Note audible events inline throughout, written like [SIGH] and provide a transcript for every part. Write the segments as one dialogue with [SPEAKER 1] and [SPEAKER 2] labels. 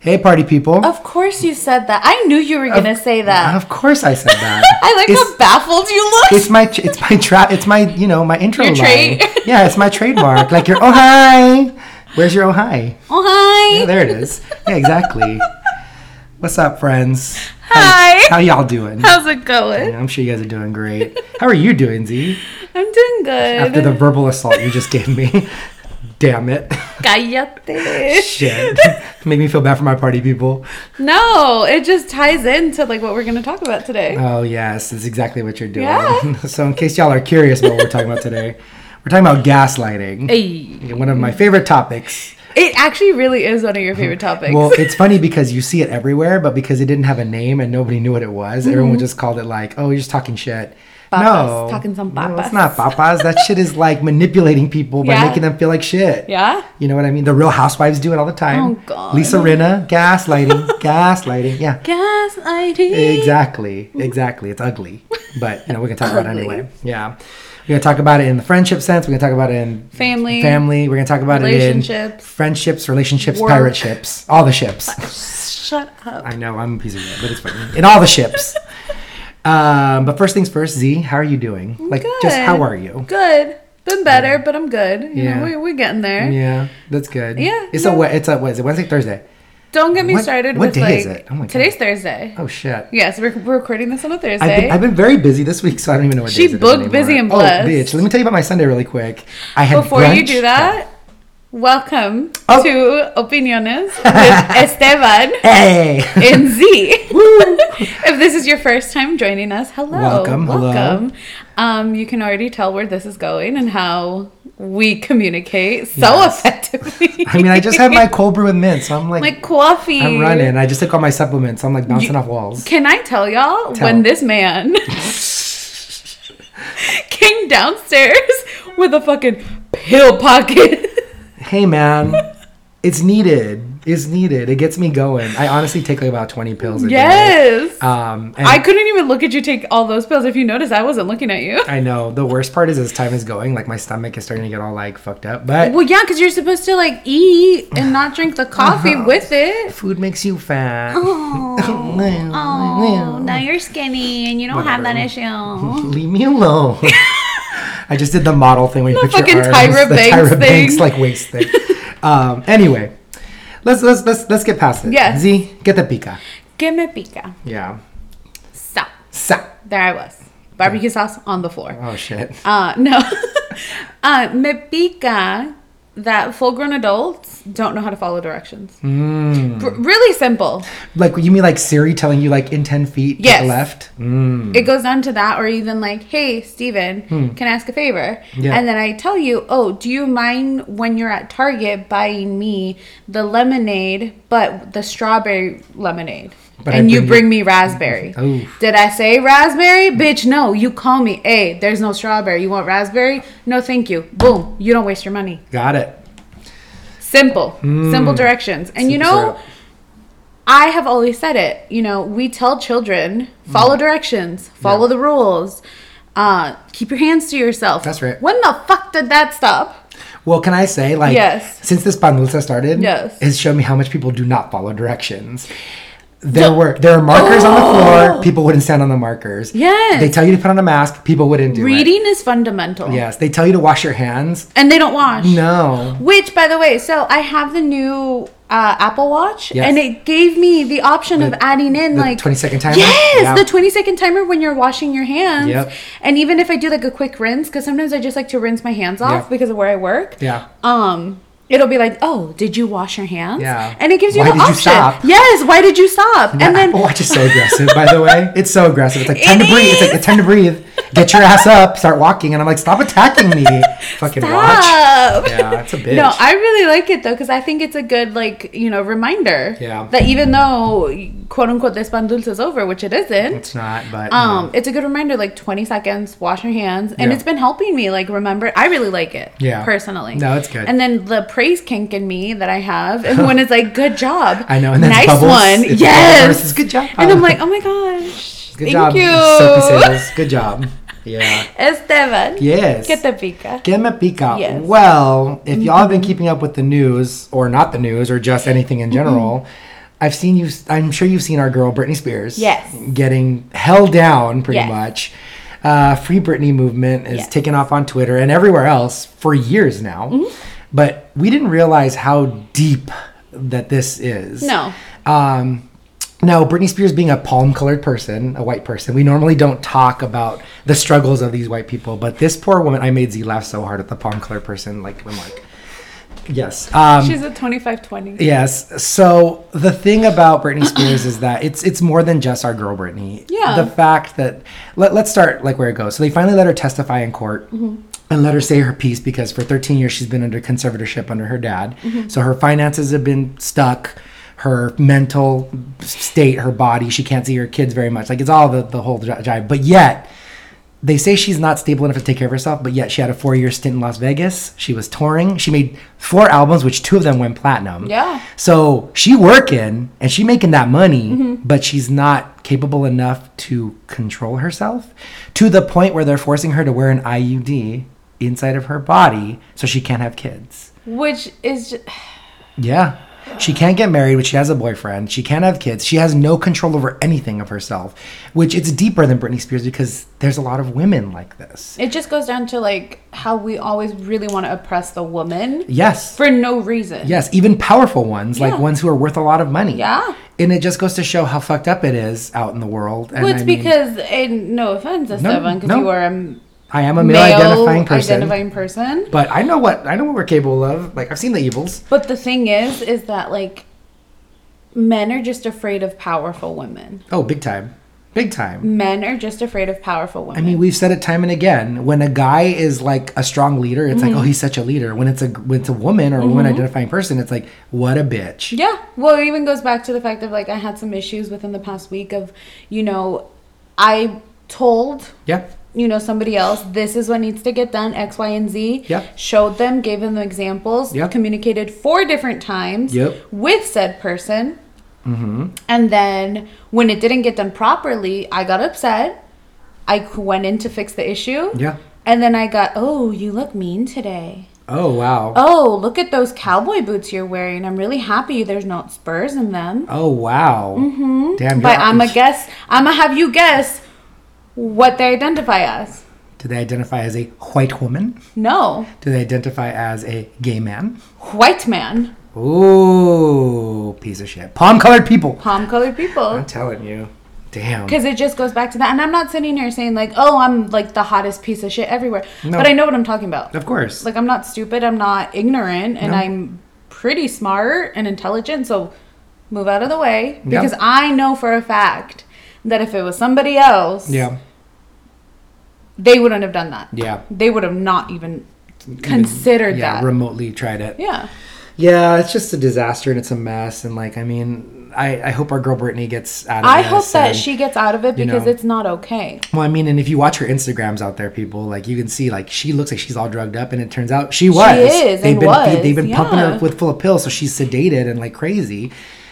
[SPEAKER 1] Hey, party people.
[SPEAKER 2] Of course you said that. I knew you were going to say that.
[SPEAKER 1] Of course, I said that.
[SPEAKER 2] [LAUGHS] I like
[SPEAKER 1] it's,
[SPEAKER 2] how baffled you look.
[SPEAKER 1] it's my it's my trap. It's my you know my intro
[SPEAKER 2] Your
[SPEAKER 1] line.
[SPEAKER 2] trait.
[SPEAKER 1] Yeah, it's my trademark. Like your oh hi. Where's your oh hi?
[SPEAKER 2] oh, hi.
[SPEAKER 1] Yeah, there it is. Yeah,
[SPEAKER 2] [LAUGHS]
[SPEAKER 1] exactly. What's up, friends?
[SPEAKER 2] Hi.
[SPEAKER 1] How y'all doing?
[SPEAKER 2] How's it going?
[SPEAKER 1] Yeah, I'm sure you guys are doing great. How are you doing, Z?
[SPEAKER 2] I'm doing good.
[SPEAKER 1] After the verbal assault you just gave me. [LAUGHS] Damn it. [LAUGHS]
[SPEAKER 2] Cállate.
[SPEAKER 1] Shit. [LAUGHS] Make me feel bad for my party people.
[SPEAKER 2] No, it just ties into like what we're going to talk about today.
[SPEAKER 1] Oh, yes, that's exactly what you're doing.
[SPEAKER 2] Yeah.
[SPEAKER 1] [LAUGHS] so, in case y'all are curious about what we're talking about today, we're talking about gaslighting.
[SPEAKER 2] Hey.
[SPEAKER 1] One of my favorite topics.
[SPEAKER 2] It actually really is one of your favorite topics.
[SPEAKER 1] Mm-hmm. Well, it's funny because you see it everywhere, but because it didn't have a name and nobody knew what it was, everyone just called it like, "Oh, you're just talking shit."
[SPEAKER 2] Mm-hmm. Papas,
[SPEAKER 1] No,
[SPEAKER 2] talking some
[SPEAKER 1] no, it's
[SPEAKER 2] papas.
[SPEAKER 1] not papas. That shit is
[SPEAKER 2] [LAUGHS]
[SPEAKER 1] like manipulating people by
[SPEAKER 2] Yeah.
[SPEAKER 1] making them feel like shit.
[SPEAKER 2] [LAUGHS] yeah?
[SPEAKER 1] You know what I mean? The Real Housewives do it all the time.
[SPEAKER 2] Oh, God.
[SPEAKER 1] Lisa Rinna,
[SPEAKER 2] [LAUGHS]
[SPEAKER 1] gaslighting, gaslighting. Yeah,
[SPEAKER 2] Gaslighting. [LAUGHS]
[SPEAKER 1] exactly, exactly. It's ugly, but you know we can talk about it
[SPEAKER 2] Ugly.
[SPEAKER 1] anyway. Yeah, we're gonna talk about it in the friendship sense. We're gonna talk about it in
[SPEAKER 2] Family.
[SPEAKER 1] family. We're gonna talk about it in
[SPEAKER 2] Relationships.
[SPEAKER 1] friendships, relationships,
[SPEAKER 2] Work.
[SPEAKER 1] pirate ships, all the
[SPEAKER 2] [LAUGHS]
[SPEAKER 1] ships.
[SPEAKER 2] Shut up.
[SPEAKER 1] I know I'm a piece of shit, but it's funny. In all the ships. um, but first things first, Z, how are you doing? Like, just
[SPEAKER 2] good.
[SPEAKER 1] how are you?
[SPEAKER 2] Good. Been better, but I'm good. You
[SPEAKER 1] Yeah.
[SPEAKER 2] know, we, we're getting there.
[SPEAKER 1] Yeah, that's good.
[SPEAKER 2] Yeah,
[SPEAKER 1] it's
[SPEAKER 2] no.
[SPEAKER 1] a Wed- it's a what is it Wednesday Thursday?
[SPEAKER 2] Don't get me
[SPEAKER 1] What-
[SPEAKER 2] started
[SPEAKER 1] what
[SPEAKER 2] with
[SPEAKER 1] day
[SPEAKER 2] like
[SPEAKER 1] is it? Oh my God.
[SPEAKER 2] today's Thursday.
[SPEAKER 1] Oh shit.
[SPEAKER 2] Yes, we're, we're recording this on a Thursday.
[SPEAKER 1] I've been, I've been very busy this week, so I don't even know what
[SPEAKER 2] She
[SPEAKER 1] days it is
[SPEAKER 2] booked
[SPEAKER 1] anymore.
[SPEAKER 2] busy and
[SPEAKER 1] Oh,
[SPEAKER 2] blessed.
[SPEAKER 1] bitch! Let me tell you about my Sunday really quick. I had
[SPEAKER 2] Before you
[SPEAKER 1] brunch-
[SPEAKER 2] do that, welcome
[SPEAKER 1] Oh.
[SPEAKER 2] to
[SPEAKER 1] [LAUGHS]
[SPEAKER 2] Opiniones with Esteban
[SPEAKER 1] Hey. [LAUGHS]
[SPEAKER 2] and Z.
[SPEAKER 1] Woo.
[SPEAKER 2] [LAUGHS] if this is your first time joining us, hello.
[SPEAKER 1] Welcome, hello.
[SPEAKER 2] Um, you can already tell where this is going and how we communicate so effectively.
[SPEAKER 1] I mean, I just had my cold brew with mint, so I'm like,
[SPEAKER 2] [LAUGHS] like coffee.
[SPEAKER 1] I'm running. I just took all my supplements. I'm like bouncing off walls.
[SPEAKER 2] Can I tell y'all
[SPEAKER 1] Tell.
[SPEAKER 2] when this man came downstairs with a fucking pill pocket?
[SPEAKER 1] hey
[SPEAKER 2] [LAUGHS]
[SPEAKER 1] man it's needed it's needed it gets me going i honestly take like about 20 pills a day
[SPEAKER 2] yes.
[SPEAKER 1] um and
[SPEAKER 2] I
[SPEAKER 1] I,
[SPEAKER 2] couldn't even look at you take all those pills. If you notice, I wasn't looking at you.
[SPEAKER 1] know the worst part is as time is going like my stomach is starting to get all like fucked up but
[SPEAKER 2] Well, yeah, because you're supposed to like eat and not drink the coffee with it.
[SPEAKER 1] food makes you fat [LAUGHS]
[SPEAKER 2] Oh, now you're skinny and you don't have that issue.
[SPEAKER 1] leave me alone [LAUGHS] i just did the model thing where you put
[SPEAKER 2] fucking
[SPEAKER 1] your arms,
[SPEAKER 2] Tyra
[SPEAKER 1] the
[SPEAKER 2] Banks
[SPEAKER 1] tyra
[SPEAKER 2] thing.
[SPEAKER 1] banks like waist thing um anyway let's let's let's let's get past it
[SPEAKER 2] Yes.
[SPEAKER 1] z get the pica
[SPEAKER 2] Que me pica.
[SPEAKER 1] yeah
[SPEAKER 2] Stop.
[SPEAKER 1] sa
[SPEAKER 2] There I was. Barbecue sauce on the floor.
[SPEAKER 1] oh shit
[SPEAKER 2] Uh, no. [LAUGHS] uh, me pica that full grown adults don't know how to follow directions.
[SPEAKER 1] Hmm.
[SPEAKER 2] R- really simple.
[SPEAKER 1] Like you mean like Siri telling you like in ten feet
[SPEAKER 2] Yes.
[SPEAKER 1] take a left? Mm, Hmm.
[SPEAKER 2] It goes down to that, or even like, hey, Steven, can I ask a favor?
[SPEAKER 1] Yeah.
[SPEAKER 2] And then I tell you, oh, do you mind when you're at Target buying me the lemonade, but the strawberry lemonade?
[SPEAKER 1] But I
[SPEAKER 2] and you
[SPEAKER 1] bring you-
[SPEAKER 2] bring me raspberry.
[SPEAKER 1] [LAUGHS] Oof.
[SPEAKER 2] Did I say raspberry? Bitch, no. You call me. Hey, there's no strawberry. You want raspberry? No, thank you. Boom. You don't waste your money.
[SPEAKER 1] Got it.
[SPEAKER 2] Simple,
[SPEAKER 1] Mm.
[SPEAKER 2] simple directions. And you
[SPEAKER 1] Super
[SPEAKER 2] know,
[SPEAKER 1] syrup.
[SPEAKER 2] I have always said it. You know, we tell children follow
[SPEAKER 1] Mm.
[SPEAKER 2] directions, follow the rules, uh, keep your hands to yourself.
[SPEAKER 1] That's right.
[SPEAKER 2] When the fuck did that stop?
[SPEAKER 1] Well, can I say like
[SPEAKER 2] Yes.
[SPEAKER 1] since this pandulsa started,
[SPEAKER 2] Yes.
[SPEAKER 1] it's shown me how much people do not follow directions. There were there are markers on the floor. People wouldn't stand on the markers.
[SPEAKER 2] Oh. Yes.
[SPEAKER 1] They tell you to put on a mask. People wouldn't do it.
[SPEAKER 2] Reading is fundamental.
[SPEAKER 1] Yes. They tell you to wash your hands.
[SPEAKER 2] And they don't wash.
[SPEAKER 1] No.
[SPEAKER 2] Which, by the way, so I have the new uh, Apple Watch,
[SPEAKER 1] Yes.
[SPEAKER 2] and it gave me the option of adding in
[SPEAKER 1] the
[SPEAKER 2] like
[SPEAKER 1] 20 second timer?
[SPEAKER 2] Yes,
[SPEAKER 1] Yeah.
[SPEAKER 2] the twenty second timer when you're washing your hands.
[SPEAKER 1] Yep.
[SPEAKER 2] And even if I do like a quick rinse, because sometimes I just like to rinse my hands off
[SPEAKER 1] Yeah.
[SPEAKER 2] because of where I work.
[SPEAKER 1] Yeah.
[SPEAKER 2] Um. It'll be like, oh, did you wash your hands?
[SPEAKER 1] Yeah.
[SPEAKER 2] And it gives you
[SPEAKER 1] Why
[SPEAKER 2] the
[SPEAKER 1] did you
[SPEAKER 2] option.
[SPEAKER 1] stop?
[SPEAKER 2] Yes. Why did you stop?
[SPEAKER 1] And
[SPEAKER 2] and then
[SPEAKER 1] Apple Watch is Oh, so aggressive, by the way. It's so aggressive. It's like time
[SPEAKER 2] It
[SPEAKER 1] to breathe. It's like
[SPEAKER 2] is.
[SPEAKER 1] it's time to breathe. Get your ass up. Start walking. And I'm like, stop attacking
[SPEAKER 2] [LAUGHS]
[SPEAKER 1] me. Fucking watch.
[SPEAKER 2] Stop. [LAUGHS]
[SPEAKER 1] Yeah, it's a bitch.
[SPEAKER 2] No, I really like it though because I think it's a good like you know reminder.
[SPEAKER 1] Yeah.
[SPEAKER 2] That even though quote unquote this pan dulce is over, which it isn't,
[SPEAKER 1] It's not, but
[SPEAKER 2] um,
[SPEAKER 1] um,
[SPEAKER 2] it's a good reminder. Like twenty seconds, wash your hands, and
[SPEAKER 1] Yeah.
[SPEAKER 2] it's been helping me. Like remember, I really like it.
[SPEAKER 1] Yeah.
[SPEAKER 2] Personally.
[SPEAKER 1] No, it's good.
[SPEAKER 2] And then the praise kink in me that I have,
[SPEAKER 1] [LAUGHS]
[SPEAKER 2] and when it's like, good job.
[SPEAKER 1] I know, and that's
[SPEAKER 2] nice
[SPEAKER 1] bubbles.
[SPEAKER 2] one.
[SPEAKER 1] It's bubble
[SPEAKER 2] yes.
[SPEAKER 1] versus good job.
[SPEAKER 2] And I'm like, oh my gosh.
[SPEAKER 1] good
[SPEAKER 2] thank
[SPEAKER 1] job,
[SPEAKER 2] you.
[SPEAKER 1] soapy sales. Good
[SPEAKER 2] [LAUGHS]
[SPEAKER 1] job. Yeah.
[SPEAKER 2] Esteban.
[SPEAKER 1] Yes.
[SPEAKER 2] Que te pica.
[SPEAKER 1] Get me pica.
[SPEAKER 2] Yes. Mm-hmm.
[SPEAKER 1] Well, if y'all have been keeping up with the news, or not the news, or just anything in general, I've seen you. I'm sure you've seen our girl Britney Spears.
[SPEAKER 2] Yes.
[SPEAKER 1] Getting held down pretty
[SPEAKER 2] Yes.
[SPEAKER 1] much. Uh, Free Britney movement is
[SPEAKER 2] Yes.
[SPEAKER 1] taken off on Twitter and everywhere else for years now.
[SPEAKER 2] Mm-hmm.
[SPEAKER 1] But we didn't realize how deep that this is.
[SPEAKER 2] No.
[SPEAKER 1] Um, now, Britney Spears being a palm colored person, a white person, we normally don't talk about the struggles of these white people, but this poor woman, I made Z laugh so hard at the palm colored person. Like, I'm like, yes. Um,
[SPEAKER 2] She's a 2520.
[SPEAKER 1] Yes. So the thing about Britney Spears is that it's it's more than just our girl Britney.
[SPEAKER 2] Yeah.
[SPEAKER 1] The fact that let, let's start like where it goes. So they finally let her testify in court and let her say her piece because for 13 years she's been under conservatorship under her dad. So her finances have been stuck. Her mental state, her body, she can't see her kids very much. Like it's all the, the whole j- jive. But yet, they say she's not stable enough to take care of herself, but yet she had a four year stint in Las Vegas. She was touring. She made four albums, which two of them went platinum.
[SPEAKER 2] Yeah.
[SPEAKER 1] So she working and she making that money, but she's not capable enough to control herself to the point where they're forcing her to wear an IUD inside of her body so she can't have kids.
[SPEAKER 2] Which is just,
[SPEAKER 1] Yeah. She can't get married, but she has a boyfriend. She can't have kids. She has no control over anything of herself, which it's deeper than Britney Spears because there's a lot of women like this.
[SPEAKER 2] it just goes down to like how we always really want to oppress the woman
[SPEAKER 1] Yes.
[SPEAKER 2] for no reason.
[SPEAKER 1] Yes, even powerful ones, like
[SPEAKER 2] Yeah.
[SPEAKER 1] ones who are worth a lot of money.
[SPEAKER 2] Yeah.
[SPEAKER 1] And it just goes to show how fucked up it is out in the world. And
[SPEAKER 2] Well, it's
[SPEAKER 1] I mean,
[SPEAKER 2] because, and no offense, Esteban, because
[SPEAKER 1] no.
[SPEAKER 2] you are a m-
[SPEAKER 1] I am a
[SPEAKER 2] male
[SPEAKER 1] male identifying person.
[SPEAKER 2] identifying person.
[SPEAKER 1] But I know what I know what we're capable of. Like I've seen the evils.
[SPEAKER 2] But the thing is, is that like men are just afraid of powerful women.
[SPEAKER 1] Oh, big time. Big time.
[SPEAKER 2] Men are just afraid of powerful
[SPEAKER 1] I
[SPEAKER 2] women.
[SPEAKER 1] mean, we've said it time and again. When a guy is like a strong leader, it's
[SPEAKER 2] Mm-hmm.
[SPEAKER 1] like, oh, he's such a leader. When it's a when it's a woman or a woman identifying person, it's like, what a bitch.
[SPEAKER 2] Yeah. Well, it even goes back to the fact of like I had some issues within the past week of, you know, I told
[SPEAKER 1] Yeah.
[SPEAKER 2] you know somebody else this is what needs to get done x y and z
[SPEAKER 1] Yep.
[SPEAKER 2] showed them gave them the examples
[SPEAKER 1] Yep.
[SPEAKER 2] communicated four different times
[SPEAKER 1] Yep. Mm-hmm.
[SPEAKER 2] with said person and then when it didn't get done properly i got upset i c- went in to fix the issue
[SPEAKER 1] Yeah.
[SPEAKER 2] and then i got oh you look mean today
[SPEAKER 1] Oh wow. Oh,
[SPEAKER 2] oh look at those cowboy boots you're wearing i'm really happy there's not spurs in them
[SPEAKER 1] Oh, wow. Mm-hmm. Damn.
[SPEAKER 2] but
[SPEAKER 1] you're-
[SPEAKER 2] i'm a guess i'm gonna have you guess what they identify as
[SPEAKER 1] Do they identify as a white woman?
[SPEAKER 2] no
[SPEAKER 1] Do they identify as a gay man?
[SPEAKER 2] white man,
[SPEAKER 1] Ooh, piece of shit. Palm colored people.
[SPEAKER 2] palm colored people.
[SPEAKER 1] I'm telling you. Damn.
[SPEAKER 2] Because it just goes back to that. And I'm not sitting here saying, like, oh, I'm like the hottest piece of shit everywhere.
[SPEAKER 1] No.
[SPEAKER 2] But I know what I'm talking about.
[SPEAKER 1] Of course.
[SPEAKER 2] Like, I'm not stupid. I'm not ignorant. And
[SPEAKER 1] No.
[SPEAKER 2] I'm pretty smart and intelligent. So move out of the way.
[SPEAKER 1] Yeah.
[SPEAKER 2] Because I know for a fact that if it was somebody else,
[SPEAKER 1] yeah.
[SPEAKER 2] they wouldn't have done that.
[SPEAKER 1] Yeah.
[SPEAKER 2] They would have not even considered
[SPEAKER 1] Yeah,
[SPEAKER 2] that.
[SPEAKER 1] remotely tried it.
[SPEAKER 2] yeah.
[SPEAKER 1] Yeah, it's just a disaster and it's a mess. And like, I mean, I, I hope our girl Brittany gets out of
[SPEAKER 2] I
[SPEAKER 1] this
[SPEAKER 2] hope that
[SPEAKER 1] and-
[SPEAKER 2] she gets out of it
[SPEAKER 1] you
[SPEAKER 2] because
[SPEAKER 1] know.
[SPEAKER 2] it's not okay.
[SPEAKER 1] Well, I mean, and if you watch her Instagrams out there, people like you can see like she looks like she's all drugged up, and it turns out she was.
[SPEAKER 2] is
[SPEAKER 1] they've
[SPEAKER 2] and
[SPEAKER 1] been
[SPEAKER 2] was,
[SPEAKER 1] they've been pumping her
[SPEAKER 2] yeah.
[SPEAKER 1] with full of pills, so she's sedated and like crazy.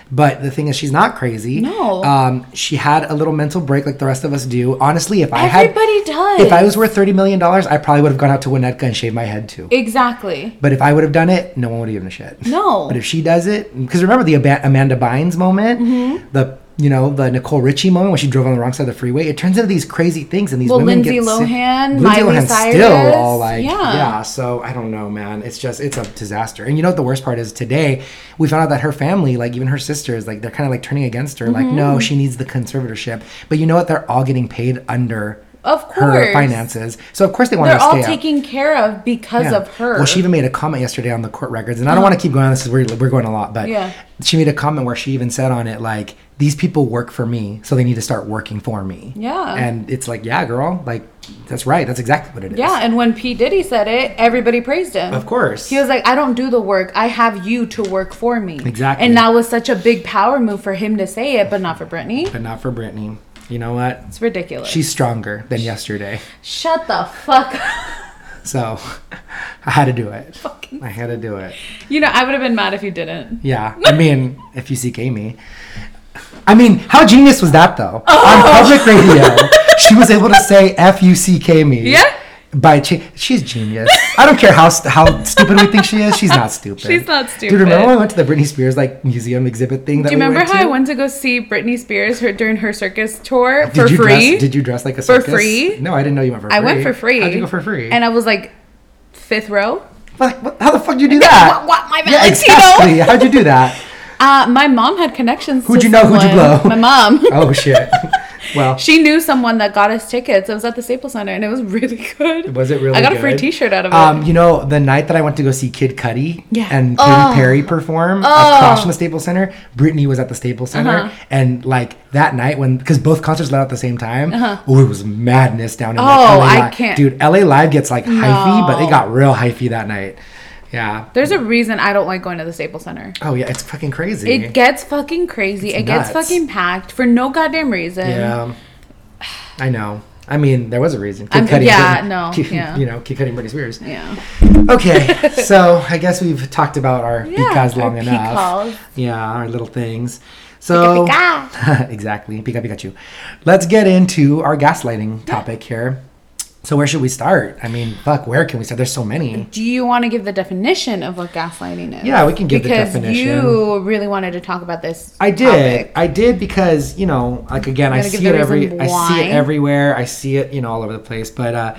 [SPEAKER 1] But the thing is, she's not crazy.
[SPEAKER 2] No.
[SPEAKER 1] Um, she had a little mental break, like the rest of us do. Honestly, if I
[SPEAKER 2] Everybody
[SPEAKER 1] had,
[SPEAKER 2] does.
[SPEAKER 1] If I was worth thirty million dollars, I probably would have gone out to Winnetka and shaved my head too.
[SPEAKER 2] Exactly.
[SPEAKER 1] But if I would have done it, no one would have given a shit.
[SPEAKER 2] No.
[SPEAKER 1] But if she does it, because remember the Aba- Amanda Bynes moment,
[SPEAKER 2] Mm-hmm.
[SPEAKER 1] the you know the Nicole Richie moment when she drove on the wrong side of the freeway. It turns into these crazy things, and these
[SPEAKER 2] Well,
[SPEAKER 1] women
[SPEAKER 2] Lindsay
[SPEAKER 1] get sick-
[SPEAKER 2] Lohan,
[SPEAKER 1] Lindsay
[SPEAKER 2] Miley
[SPEAKER 1] Lohan's still
[SPEAKER 2] Cyrus,
[SPEAKER 1] all like yeah.
[SPEAKER 2] yeah.
[SPEAKER 1] So I don't know, man. It's just it's a disaster. And you know what the worst part is? Today we found out that her family, like even her sisters, like they're kind of like turning against her. Like
[SPEAKER 2] Mm-hmm.
[SPEAKER 1] no, she needs the conservatorship. But you know what? They're all getting paid under.
[SPEAKER 2] Of
[SPEAKER 1] her
[SPEAKER 2] course.
[SPEAKER 1] finances. So of course they want her
[SPEAKER 2] They're
[SPEAKER 1] to stay
[SPEAKER 2] all
[SPEAKER 1] out.
[SPEAKER 2] taken care of because
[SPEAKER 1] Yeah.
[SPEAKER 2] of her.
[SPEAKER 1] Well, she even made a comment yesterday on the court records, and I don't want to keep going on this because we're, we're going a lot, but
[SPEAKER 2] Yeah.
[SPEAKER 1] she made a comment where she even said on it, like, these people work for me, so they need to start working for me.
[SPEAKER 2] Yeah.
[SPEAKER 1] And it's like, yeah, girl, like, that's right. That's exactly what it is.
[SPEAKER 2] yeah, and when P. Diddy said it, everybody praised him.
[SPEAKER 1] Of course.
[SPEAKER 2] He was like, I don't do the work. I have you to work for me.
[SPEAKER 1] Exactly.
[SPEAKER 2] And that was such a big power move for him to say it, but not for Britney.
[SPEAKER 1] but not for Brittany. You know what?
[SPEAKER 2] It's ridiculous.
[SPEAKER 1] She's stronger than yesterday.
[SPEAKER 2] Shut the fuck up. [LAUGHS]
[SPEAKER 1] So [LAUGHS] I had to do it.
[SPEAKER 2] Fucking-
[SPEAKER 1] I had to do it.
[SPEAKER 2] You know, I would have been mad if you didn't.
[SPEAKER 1] Yeah, I mean, if you seek Amy. I mean, how genius
[SPEAKER 2] Oh. [LAUGHS]
[SPEAKER 1] was that though? On public radio, she was able to say F U C K me.
[SPEAKER 2] Yeah.
[SPEAKER 1] by cha- she's genius. I don't care how st- how stupid we think she is. She's not stupid.
[SPEAKER 2] [LAUGHS] She's not
[SPEAKER 1] Dude,
[SPEAKER 2] stupid.
[SPEAKER 1] remember when we went to the Britney Spears like museum exhibit thing? That
[SPEAKER 2] Do you
[SPEAKER 1] we
[SPEAKER 2] remember
[SPEAKER 1] went
[SPEAKER 2] how
[SPEAKER 1] to?
[SPEAKER 2] I went to go see Britney Spears her, during her circus tour
[SPEAKER 1] Did
[SPEAKER 2] for
[SPEAKER 1] you
[SPEAKER 2] free?
[SPEAKER 1] Dress, did you dress like a circus?
[SPEAKER 2] free?
[SPEAKER 1] No, I didn't know you went for free.
[SPEAKER 2] I went for free.
[SPEAKER 1] How'd you go for free?
[SPEAKER 2] And I was like fifth row.
[SPEAKER 1] Fuck, what, how the fuck did
[SPEAKER 2] [LAUGHS]
[SPEAKER 1] you do that?
[SPEAKER 2] What, what, my
[SPEAKER 1] yeah,
[SPEAKER 2] Valentino?
[SPEAKER 1] exactly. How'd you do that?
[SPEAKER 2] Uh, my mom had connections.
[SPEAKER 1] Who'd
[SPEAKER 2] to
[SPEAKER 1] you know? Who'd you
[SPEAKER 2] someone.
[SPEAKER 1] blow?
[SPEAKER 2] My mom.
[SPEAKER 1] [LAUGHS] Oh shit. well,
[SPEAKER 2] [LAUGHS] She knew someone that got us tickets. It was at the Staples Center, and it was [LAUGHS] really good.
[SPEAKER 1] was it really?
[SPEAKER 2] I got a free
[SPEAKER 1] good?
[SPEAKER 2] T-shirt out of it.
[SPEAKER 1] Um, you know, the night that I went to go see Kid Cudi
[SPEAKER 2] Yeah.
[SPEAKER 1] and Katy
[SPEAKER 2] Oh.
[SPEAKER 1] Perry perform across from the Staples Center, Britney was at the Staples Center,
[SPEAKER 2] Uh-huh.
[SPEAKER 1] and like that night when because both concerts let out at the same time, oh, it was madness down in like,
[SPEAKER 2] Uh-huh. Oh,
[SPEAKER 1] LA
[SPEAKER 2] I
[SPEAKER 1] Live.
[SPEAKER 2] can't-
[SPEAKER 1] Dude, LA Live gets like hyphy, but they got real hyphy that night. Yeah.
[SPEAKER 2] There's a reason I don't like going to the Staples Center.
[SPEAKER 1] Oh yeah, it's fucking crazy.
[SPEAKER 2] It gets fucking crazy. it gets
[SPEAKER 1] nuts.
[SPEAKER 2] fucking packed for no goddamn reason.
[SPEAKER 1] yeah. I know. I mean, there was a reason. Kid
[SPEAKER 2] I'm-
[SPEAKER 1] Cudi
[SPEAKER 2] yeah,
[SPEAKER 1] didn't-
[SPEAKER 2] no,
[SPEAKER 1] Kid-
[SPEAKER 2] yeah.
[SPEAKER 1] You know, Kid Cudi and Britney Spears.
[SPEAKER 2] Yeah. [LAUGHS]
[SPEAKER 1] Okay, so I guess we've talked about our
[SPEAKER 2] Yeah,
[SPEAKER 1] picas
[SPEAKER 2] our
[SPEAKER 1] long enough.
[SPEAKER 2] picas.
[SPEAKER 1] Yeah, our little things. So
[SPEAKER 2] Pika,
[SPEAKER 1] [LAUGHS] exactly, pika Pikachu. Let's get into our gaslighting topic here. So where should we start? I mean, fuck, where can we start? There's so many.
[SPEAKER 2] Do you want to give the definition of what gaslighting is?
[SPEAKER 1] Yeah, we can give the
[SPEAKER 2] because
[SPEAKER 1] definition.
[SPEAKER 2] you really wanted to talk about this.
[SPEAKER 1] I did.
[SPEAKER 2] topic.
[SPEAKER 1] I did because you know, like again, I
[SPEAKER 2] gotta give
[SPEAKER 1] see
[SPEAKER 2] the
[SPEAKER 1] it every.
[SPEAKER 2] reason
[SPEAKER 1] I see
[SPEAKER 2] why.
[SPEAKER 1] it everywhere. I see it, you know, all over the place. But uh,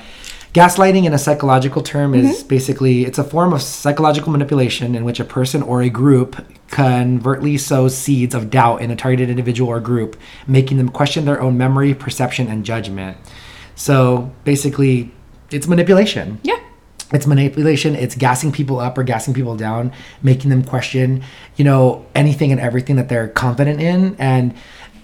[SPEAKER 1] gaslighting, in a psychological term, is
[SPEAKER 2] Mm-hmm.
[SPEAKER 1] basically it's a form of psychological manipulation in which a person or a group covertly sows seeds of doubt in a targeted individual or group, making them question their own memory, perception, and judgment. So basically, it's manipulation
[SPEAKER 2] Yeah.
[SPEAKER 1] it's manipulation it's gassing people up or gassing people down making them question you know anything and everything that they're confident in and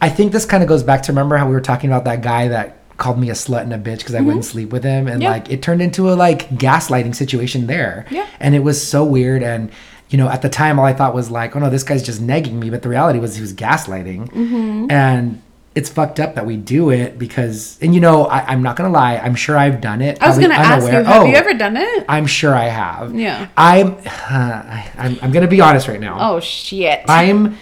[SPEAKER 1] i think this kind of goes back to remember how we were talking about that guy that called me a slut and a bitch because i wouldn't sleep with him and
[SPEAKER 2] Mm-hmm. Yeah.
[SPEAKER 1] like it turned into a like gaslighting situation there
[SPEAKER 2] Yeah.
[SPEAKER 1] and it was so weird and you know at the time all i thought was like oh no this guy's just negging me but the reality was he was gaslighting
[SPEAKER 2] Mm-hmm.
[SPEAKER 1] and it's fucked up that we do it because and you know I, i'm not gonna lie i'm sure i've done it
[SPEAKER 2] I was
[SPEAKER 1] probably
[SPEAKER 2] gonna ask you,
[SPEAKER 1] unaware.
[SPEAKER 2] have
[SPEAKER 1] Oh.
[SPEAKER 2] you ever done it?
[SPEAKER 1] I'm sure I have.
[SPEAKER 2] Yeah.
[SPEAKER 1] I'm. [SIGHS] I, I'm. I'm gonna be honest right now.
[SPEAKER 2] Oh shit.
[SPEAKER 1] I'm.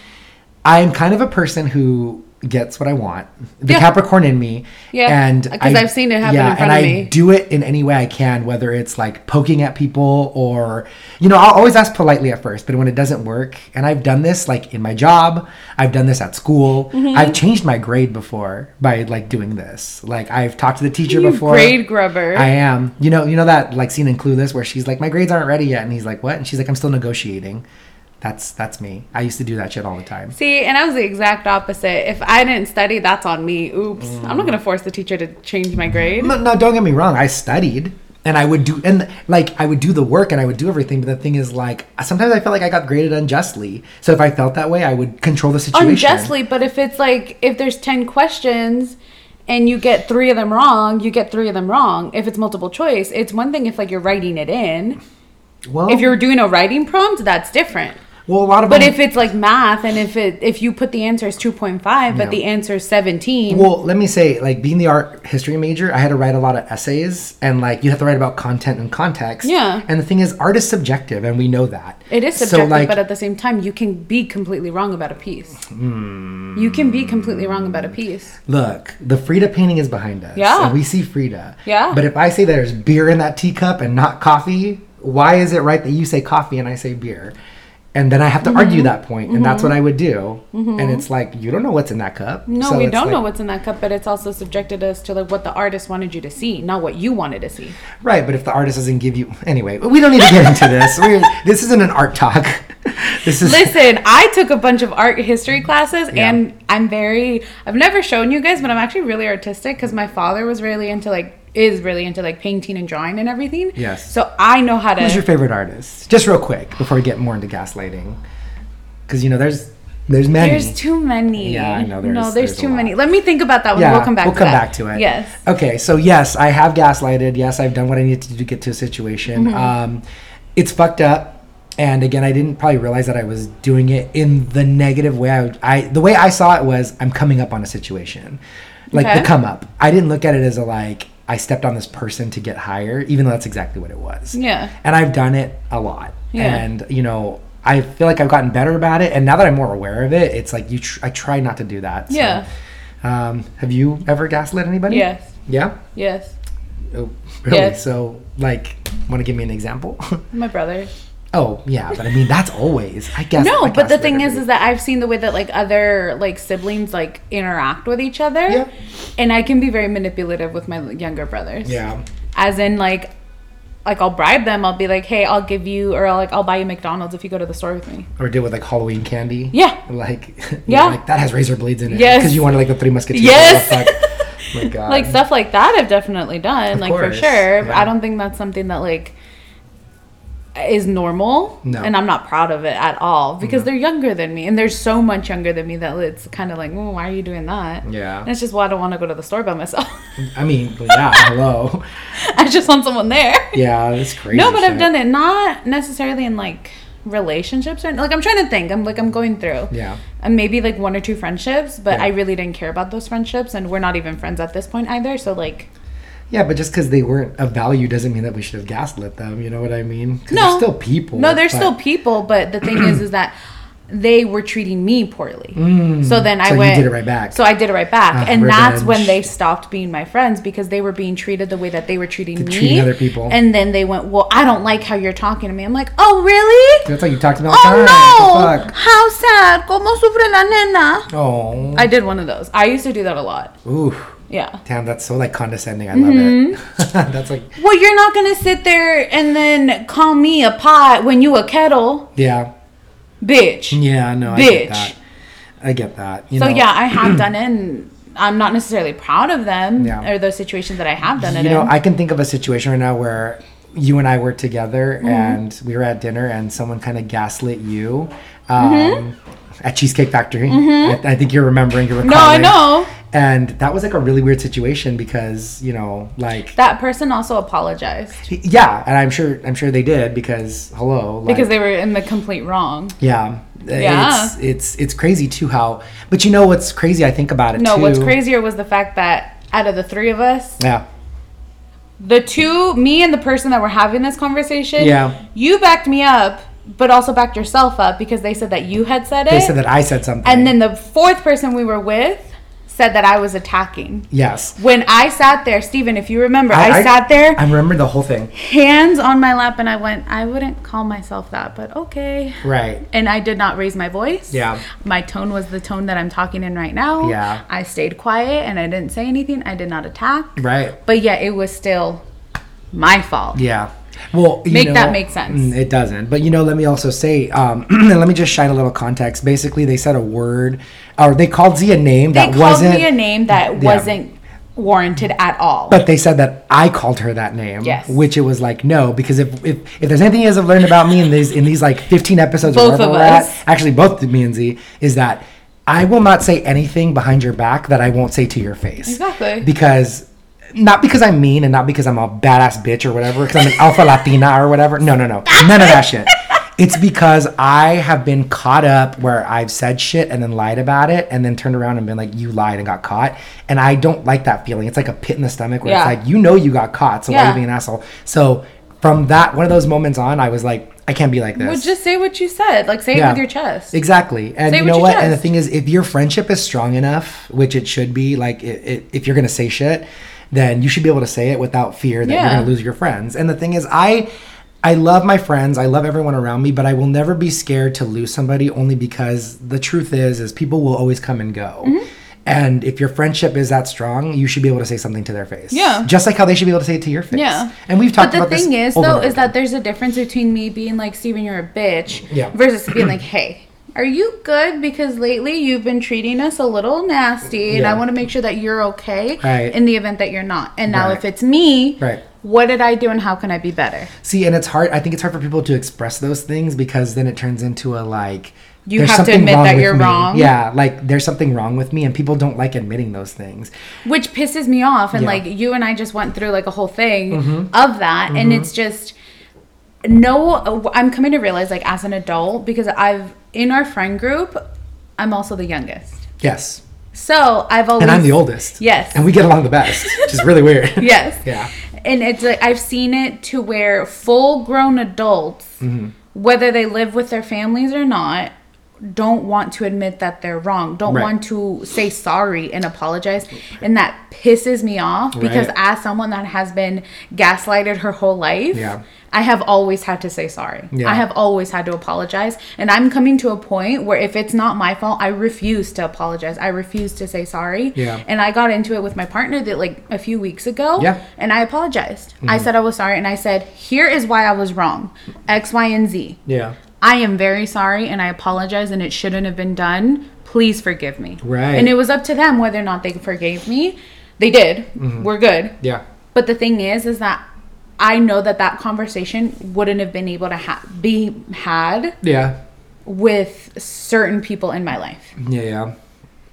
[SPEAKER 1] I'm kind of a person who gets what I want. The
[SPEAKER 2] Yeah.
[SPEAKER 1] Capricorn in me.
[SPEAKER 2] Yeah,
[SPEAKER 1] And
[SPEAKER 2] 'cause
[SPEAKER 1] I-
[SPEAKER 2] I've seen it happen in front
[SPEAKER 1] and
[SPEAKER 2] of
[SPEAKER 1] I
[SPEAKER 2] me.
[SPEAKER 1] do it in any way I can, whether it's like poking at people or, you know, I'll always ask politely at first, but when it doesn't work, and I've done this like in my job, I've done this at school,
[SPEAKER 2] Mm-hmm.
[SPEAKER 1] I've changed my grade before by like doing this. Like I've talked to the teacher
[SPEAKER 2] You
[SPEAKER 1] before.
[SPEAKER 2] grade grubber.
[SPEAKER 1] I am. You know, you know that like scene in Clueless where she's like, "My grades aren't ready yet," and he's like, "What?" And she's like, "I'm still negotiating." That's that's me. I used to do that shit all the time.
[SPEAKER 2] See, and I was the exact opposite. If I didn't study, that's on me. Oops. I'm not gonna force the teacher to change my grade.
[SPEAKER 1] No, no, don't get me wrong. I studied and I would do and like I would do the work and I would do everything. But the thing is, like sometimes I felt like I got graded unjustly. So if I felt that way, I would control the situation.
[SPEAKER 2] Unjustly, but if it's like if there's ten questions and you get three of them wrong, you get three of them wrong. If it's multiple choice, it's one thing if like you're writing it in.
[SPEAKER 1] Well,
[SPEAKER 2] If you're doing a writing prompt, that's different.
[SPEAKER 1] well, a lot of
[SPEAKER 2] But
[SPEAKER 1] them-
[SPEAKER 2] if it's like math and if it if you put the answer as two point five, but
[SPEAKER 1] Yeah.
[SPEAKER 2] the answer is seventeen.
[SPEAKER 1] Well, let me say, like being the art history major, I had to write a lot of essays, and like you have to write about content and context.
[SPEAKER 2] Yeah.
[SPEAKER 1] And the thing is, art is subjective, and we know that.
[SPEAKER 2] It is subjective,
[SPEAKER 1] So, like,
[SPEAKER 2] but at the same time, you can be completely wrong about a piece.
[SPEAKER 1] Hmm.
[SPEAKER 2] You can be completely wrong about a piece.
[SPEAKER 1] look, the Frida painting is behind us.
[SPEAKER 2] Yeah.
[SPEAKER 1] And we see Frida.
[SPEAKER 2] Yeah.
[SPEAKER 1] But if I say there's beer in that teacup and not coffee, why is it right that you say coffee and I say beer? And then I
[SPEAKER 2] Mm-hmm.
[SPEAKER 1] have to argue that point, and that's what I would do. And it's like you don't know what's in that cup.
[SPEAKER 2] No,
[SPEAKER 1] So
[SPEAKER 2] we
[SPEAKER 1] it's
[SPEAKER 2] don't
[SPEAKER 1] like-
[SPEAKER 2] know what's in that cup, but it's also subjected us to like what the artist wanted you to see, not what you wanted to see.
[SPEAKER 1] Right, but if the artist doesn't give you anyway, we don't need to get into this. [LAUGHS] We're, this isn't an art talk. [LAUGHS] This is
[SPEAKER 2] Listen, I took a bunch of art history classes, and I'm very. I've never shown you guys, but I'm actually really artistic because my father was really into like is really into like painting and drawing and everything.
[SPEAKER 1] Yes.
[SPEAKER 2] So I know how to.
[SPEAKER 1] Who's your favorite artist? Just real quick before we get more into gaslighting, because you know there's there's many.
[SPEAKER 2] There's too many.
[SPEAKER 1] Yeah, I know,
[SPEAKER 2] no,
[SPEAKER 1] there's-
[SPEAKER 2] there's,
[SPEAKER 1] there's a
[SPEAKER 2] too
[SPEAKER 1] lot.
[SPEAKER 2] many. Let me think about that one.
[SPEAKER 1] yeah,
[SPEAKER 2] we'll come back.
[SPEAKER 1] We'll
[SPEAKER 2] to
[SPEAKER 1] come
[SPEAKER 2] that.
[SPEAKER 1] back to it.
[SPEAKER 2] Yes.
[SPEAKER 1] Okay, so yes, I have gaslighted. Yes, I've done what I needed to do to get to a situation.
[SPEAKER 2] Mm-hmm.
[SPEAKER 1] Um, it's fucked up, and again, I didn't probably realize that I was doing it in the negative way. I, would, I the way I saw it was I'm coming up on a situation, like
[SPEAKER 2] Okay.
[SPEAKER 1] the come up. I didn't look at it as a like I stepped on this person to get higher, even though that's exactly what it was.
[SPEAKER 2] Yeah.
[SPEAKER 1] and I've done it a lot.
[SPEAKER 2] Yeah.
[SPEAKER 1] And you know, I feel like I've gotten better about it. And now that I'm more aware of it, it's like you. Tr- I try not to do that. so.
[SPEAKER 2] Yeah.
[SPEAKER 1] Um, have you ever gaslit anybody?
[SPEAKER 2] Yes.
[SPEAKER 1] Yeah.
[SPEAKER 2] Yes.
[SPEAKER 1] Oh, really?
[SPEAKER 2] Yeah.
[SPEAKER 1] So, like, want to give me an example? [LAUGHS]
[SPEAKER 2] My brother.
[SPEAKER 1] oh, yeah, but I mean, that's always, I guess.
[SPEAKER 2] No,
[SPEAKER 1] I
[SPEAKER 2] but the
[SPEAKER 1] guess
[SPEAKER 2] thing is,
[SPEAKER 1] literally.
[SPEAKER 2] is that I've seen the way that like other like siblings like interact with each other,
[SPEAKER 1] Yeah.
[SPEAKER 2] and I can be very manipulative with my younger brothers.
[SPEAKER 1] yeah,
[SPEAKER 2] As in, like, like I'll bribe them. I'll be like, hey, I'll give you, or I'll, like I'll buy you McDonald's if you go to the store with me.
[SPEAKER 1] or deal with like Halloween candy.
[SPEAKER 2] Yeah.
[SPEAKER 1] Like, [LAUGHS] yeah,
[SPEAKER 2] Yeah.
[SPEAKER 1] like that has razor blades in it.
[SPEAKER 2] Yes.
[SPEAKER 1] Because you wanted like the Three Musketeers.
[SPEAKER 2] Yes.
[SPEAKER 1] Like,
[SPEAKER 2] [LAUGHS]
[SPEAKER 1] my God.
[SPEAKER 2] like stuff like that i've definitely done
[SPEAKER 1] Of
[SPEAKER 2] like
[SPEAKER 1] course,
[SPEAKER 2] for sure
[SPEAKER 1] yeah.
[SPEAKER 2] i don't think that's something that like is normal
[SPEAKER 1] No.
[SPEAKER 2] and i'm not proud of it at all because they're younger than me and they're so much younger than me that it's kind of like "Mm, why are you doing that
[SPEAKER 1] Yeah. Mm,
[SPEAKER 2] and it's just why i don't want to go to the store by myself
[SPEAKER 1] I mean, yeah. Hello.
[SPEAKER 2] [LAUGHS] i just want someone there
[SPEAKER 1] Yeah, that's crazy.
[SPEAKER 2] [LAUGHS] no but i've
[SPEAKER 1] shit.
[SPEAKER 2] done it not necessarily in like relationships or like i'm trying to think i'm like i'm going through
[SPEAKER 1] Yeah.
[SPEAKER 2] and maybe like one or two friendships but
[SPEAKER 1] Yeah.
[SPEAKER 2] i really didn't care about those friendships and we're not even friends at this point either so like
[SPEAKER 1] Yeah, but just because they weren't of value doesn't mean that we should have gaslit them. You know what I mean? 'Cause
[SPEAKER 2] No.
[SPEAKER 1] they're still people.
[SPEAKER 2] No, they're
[SPEAKER 1] but-
[SPEAKER 2] still people, but the thing is, is that they were treating me poorly. So then I
[SPEAKER 1] Mm. So you
[SPEAKER 2] went.
[SPEAKER 1] did it right back.
[SPEAKER 2] So I did it right back,
[SPEAKER 1] Ah,
[SPEAKER 2] and that's when
[SPEAKER 1] revenge.
[SPEAKER 2] they stopped being my friends because they were being treated the way that they were treating me.
[SPEAKER 1] treating other people.
[SPEAKER 2] And then they went, "Well, I don't like how you're talking to me." I'm like, "Oh, really?
[SPEAKER 1] That's like you talked about all the time.
[SPEAKER 2] Oh
[SPEAKER 1] What
[SPEAKER 2] no! How sad! Como sufre la nena?"
[SPEAKER 1] the fuck? Oh.
[SPEAKER 2] I did one of those. I used to do that a lot.
[SPEAKER 1] Ooh.
[SPEAKER 2] Yeah.
[SPEAKER 1] Damn, that's so like condescending. I love
[SPEAKER 2] Mm-hmm.
[SPEAKER 1] it. [LAUGHS] that's like,
[SPEAKER 2] Well, you're not gonna sit there and then call me a pot when you a kettle,
[SPEAKER 1] yeah.
[SPEAKER 2] bitch.
[SPEAKER 1] Yeah, no, I get
[SPEAKER 2] Bitch.
[SPEAKER 1] that. I get that. You
[SPEAKER 2] So
[SPEAKER 1] know,
[SPEAKER 2] yeah, I have
[SPEAKER 1] [CLEARS THROAT]
[SPEAKER 2] done it. And I'm not necessarily proud of them
[SPEAKER 1] Yeah.
[SPEAKER 2] or those situations that I have done it
[SPEAKER 1] You know,
[SPEAKER 2] in.
[SPEAKER 1] I can think of a situation right now where you and I were together
[SPEAKER 2] Mm-hmm.
[SPEAKER 1] and we were at dinner and someone kind of gaslit you um,
[SPEAKER 2] Mm-hmm.
[SPEAKER 1] at Cheesecake Factory. I, I think you're remembering. You're
[SPEAKER 2] no, I
[SPEAKER 1] recalling.
[SPEAKER 2] know
[SPEAKER 1] And that was like a really weird situation because you know, like,
[SPEAKER 2] that person also apologized
[SPEAKER 1] yeah, and I'm sure I'm sure they did because hello, like,
[SPEAKER 2] because they were in the complete wrong.
[SPEAKER 1] yeah.
[SPEAKER 2] Yeah.
[SPEAKER 1] It's it's it's crazy too how but you know what's crazy I think about it
[SPEAKER 2] No,
[SPEAKER 1] too.
[SPEAKER 2] what's crazier was the fact that out of the three of us,
[SPEAKER 1] Yeah.
[SPEAKER 2] the two, me and the person that were having this conversation,
[SPEAKER 1] Yeah.
[SPEAKER 2] you backed me up, but also backed yourself up because they said that you had said it,
[SPEAKER 1] They said that I said something.
[SPEAKER 2] and then the fourth person we were with said that I was attacking.
[SPEAKER 1] yes.
[SPEAKER 2] When I sat there, Stephen, if you remember,
[SPEAKER 1] I-
[SPEAKER 2] I,
[SPEAKER 1] I-
[SPEAKER 2] sat there.
[SPEAKER 1] I remember the whole thing.
[SPEAKER 2] hands on my lap and I went, I wouldn't call myself that, but okay.
[SPEAKER 1] Right.
[SPEAKER 2] And I did not raise my voice.
[SPEAKER 1] Yeah.
[SPEAKER 2] My tone was the tone that I'm talking in right now.
[SPEAKER 1] Yeah.
[SPEAKER 2] I stayed quiet and I didn't say anything. I did not attack.
[SPEAKER 1] Right.
[SPEAKER 2] But yeah, it was still my fault.
[SPEAKER 1] Yeah. Well, you
[SPEAKER 2] Make that
[SPEAKER 1] know-
[SPEAKER 2] make sense.
[SPEAKER 1] Mm, It doesn't. But you know, let me also say, um, [CLEARS THROAT] and let me just shine a little context. Basically, they said a word, or they called Z a name
[SPEAKER 2] They
[SPEAKER 1] that
[SPEAKER 2] called
[SPEAKER 1] wasn't.
[SPEAKER 2] me a name that wasn't warranted at all.
[SPEAKER 1] but they said that I called her that name.
[SPEAKER 2] Yes.
[SPEAKER 1] Which it was like no, because if if, if there's anything you guys have learned about me in these in these like 15 episodes, or
[SPEAKER 2] Both
[SPEAKER 1] wherever
[SPEAKER 2] of
[SPEAKER 1] we're at,
[SPEAKER 2] us.
[SPEAKER 1] actually both me and Z, is that I will not say anything behind your back that I won't say to your face.
[SPEAKER 2] Exactly.
[SPEAKER 1] Because. Not because I'm mean and not because I'm a badass bitch or whatever, because I'm an alpha Latina or whatever. No, no, no. None of that shit. It's because I have been caught up where I've said shit and then lied about it and then turned around and been like, you lied and got caught. And I don't like that feeling. It's like a pit in the stomach where
[SPEAKER 2] Yeah.
[SPEAKER 1] it's like, you know, you got caught. So why are you
[SPEAKER 2] Yeah.
[SPEAKER 1] being an asshole? So from that, one of those moments on, I was like, I can't be like this.
[SPEAKER 2] Well, just say what you said. Like say
[SPEAKER 1] Yeah.
[SPEAKER 2] it with your chest.
[SPEAKER 1] Exactly. And
[SPEAKER 2] Say
[SPEAKER 1] you
[SPEAKER 2] what
[SPEAKER 1] know
[SPEAKER 2] you
[SPEAKER 1] what? And the
[SPEAKER 2] just.
[SPEAKER 1] thing is, if your friendship is strong enough, which it should be, like it, it, if you're going to say shit, then you should be able to say it without fear that you're
[SPEAKER 2] Yeah.
[SPEAKER 1] going to lose your friends. And the thing is, I. I love my friends. I love everyone around me, but I will never be scared to lose somebody only because the truth is is people will always come and go.
[SPEAKER 2] Mm-hmm.
[SPEAKER 1] And if your friendship is that strong, you should be able to say something to their face.
[SPEAKER 2] Yeah.
[SPEAKER 1] Just like how they should be able to say it to your face.
[SPEAKER 2] Yeah.
[SPEAKER 1] And we've talked
[SPEAKER 2] But the
[SPEAKER 1] about this.
[SPEAKER 2] thing is,
[SPEAKER 1] over and
[SPEAKER 2] though,
[SPEAKER 1] over
[SPEAKER 2] is that there's a difference between me being like, Steven, you're a bitch,
[SPEAKER 1] Yeah.
[SPEAKER 2] versus being like, hey, are you good? Because lately you've been treating us a little nasty, and
[SPEAKER 1] Yeah.
[SPEAKER 2] I want to make sure that you're okay
[SPEAKER 1] Right.
[SPEAKER 2] in the event that you're not. And now,
[SPEAKER 1] Right.
[SPEAKER 2] if it's me,
[SPEAKER 1] Right.
[SPEAKER 2] what did I do, and how can I be better?
[SPEAKER 1] See, and it's hard. I think it's hard for people to express those things because then it turns into a like.
[SPEAKER 2] You have to admit that
[SPEAKER 1] with
[SPEAKER 2] you're
[SPEAKER 1] me."
[SPEAKER 2] wrong.
[SPEAKER 1] Yeah, like there's something wrong with me, and people don't like admitting those things.
[SPEAKER 2] Which pisses me off. And
[SPEAKER 1] Yeah. Mm-hmm.
[SPEAKER 2] like, you and I just went through like a whole thing of that, and it's just. no i'm coming to realize like as an adult because i've in our friend group i'm also the youngest
[SPEAKER 1] Yes,
[SPEAKER 2] so i've always
[SPEAKER 1] and I'm the oldest.
[SPEAKER 2] Yes.
[SPEAKER 1] and we get along the best, which is really
[SPEAKER 2] [LAUGHS]
[SPEAKER 1] weird.
[SPEAKER 2] yes
[SPEAKER 1] Yeah.
[SPEAKER 2] and it's like i've seen it to
[SPEAKER 1] Mm-hmm.
[SPEAKER 2] where full grown adults whether they live with their families or not don't want to admit that they're wrong, don't
[SPEAKER 1] Right.
[SPEAKER 2] want to say sorry and apologize. And that pisses me off because
[SPEAKER 1] Right.
[SPEAKER 2] as someone that has been gaslighted her whole life,
[SPEAKER 1] Yeah.
[SPEAKER 2] I have always had to say sorry.
[SPEAKER 1] Yeah.
[SPEAKER 2] I have always had to apologize. And I'm coming to a point where if it's not my fault, I refuse to apologize. I refuse to say sorry.
[SPEAKER 1] Yeah.
[SPEAKER 2] And I got into it with my partner that like a few weeks ago.
[SPEAKER 1] Yeah. Mm-hmm.
[SPEAKER 2] And I apologized. I said I was sorry and I said, here is why I was wrong. X, Y, and Z.
[SPEAKER 1] Yeah.
[SPEAKER 2] I am very sorry and I apologize and it shouldn't have been done. Please forgive me.
[SPEAKER 1] Right.
[SPEAKER 2] And it was up to them whether or not they forgave me. They did. We're good.
[SPEAKER 1] Mm-hmm. Yeah.
[SPEAKER 2] But the thing is, is that I know that that conversation wouldn't have been able to ha- be had
[SPEAKER 1] Yeah.
[SPEAKER 2] with certain people in my life
[SPEAKER 1] Yeah. Yeah.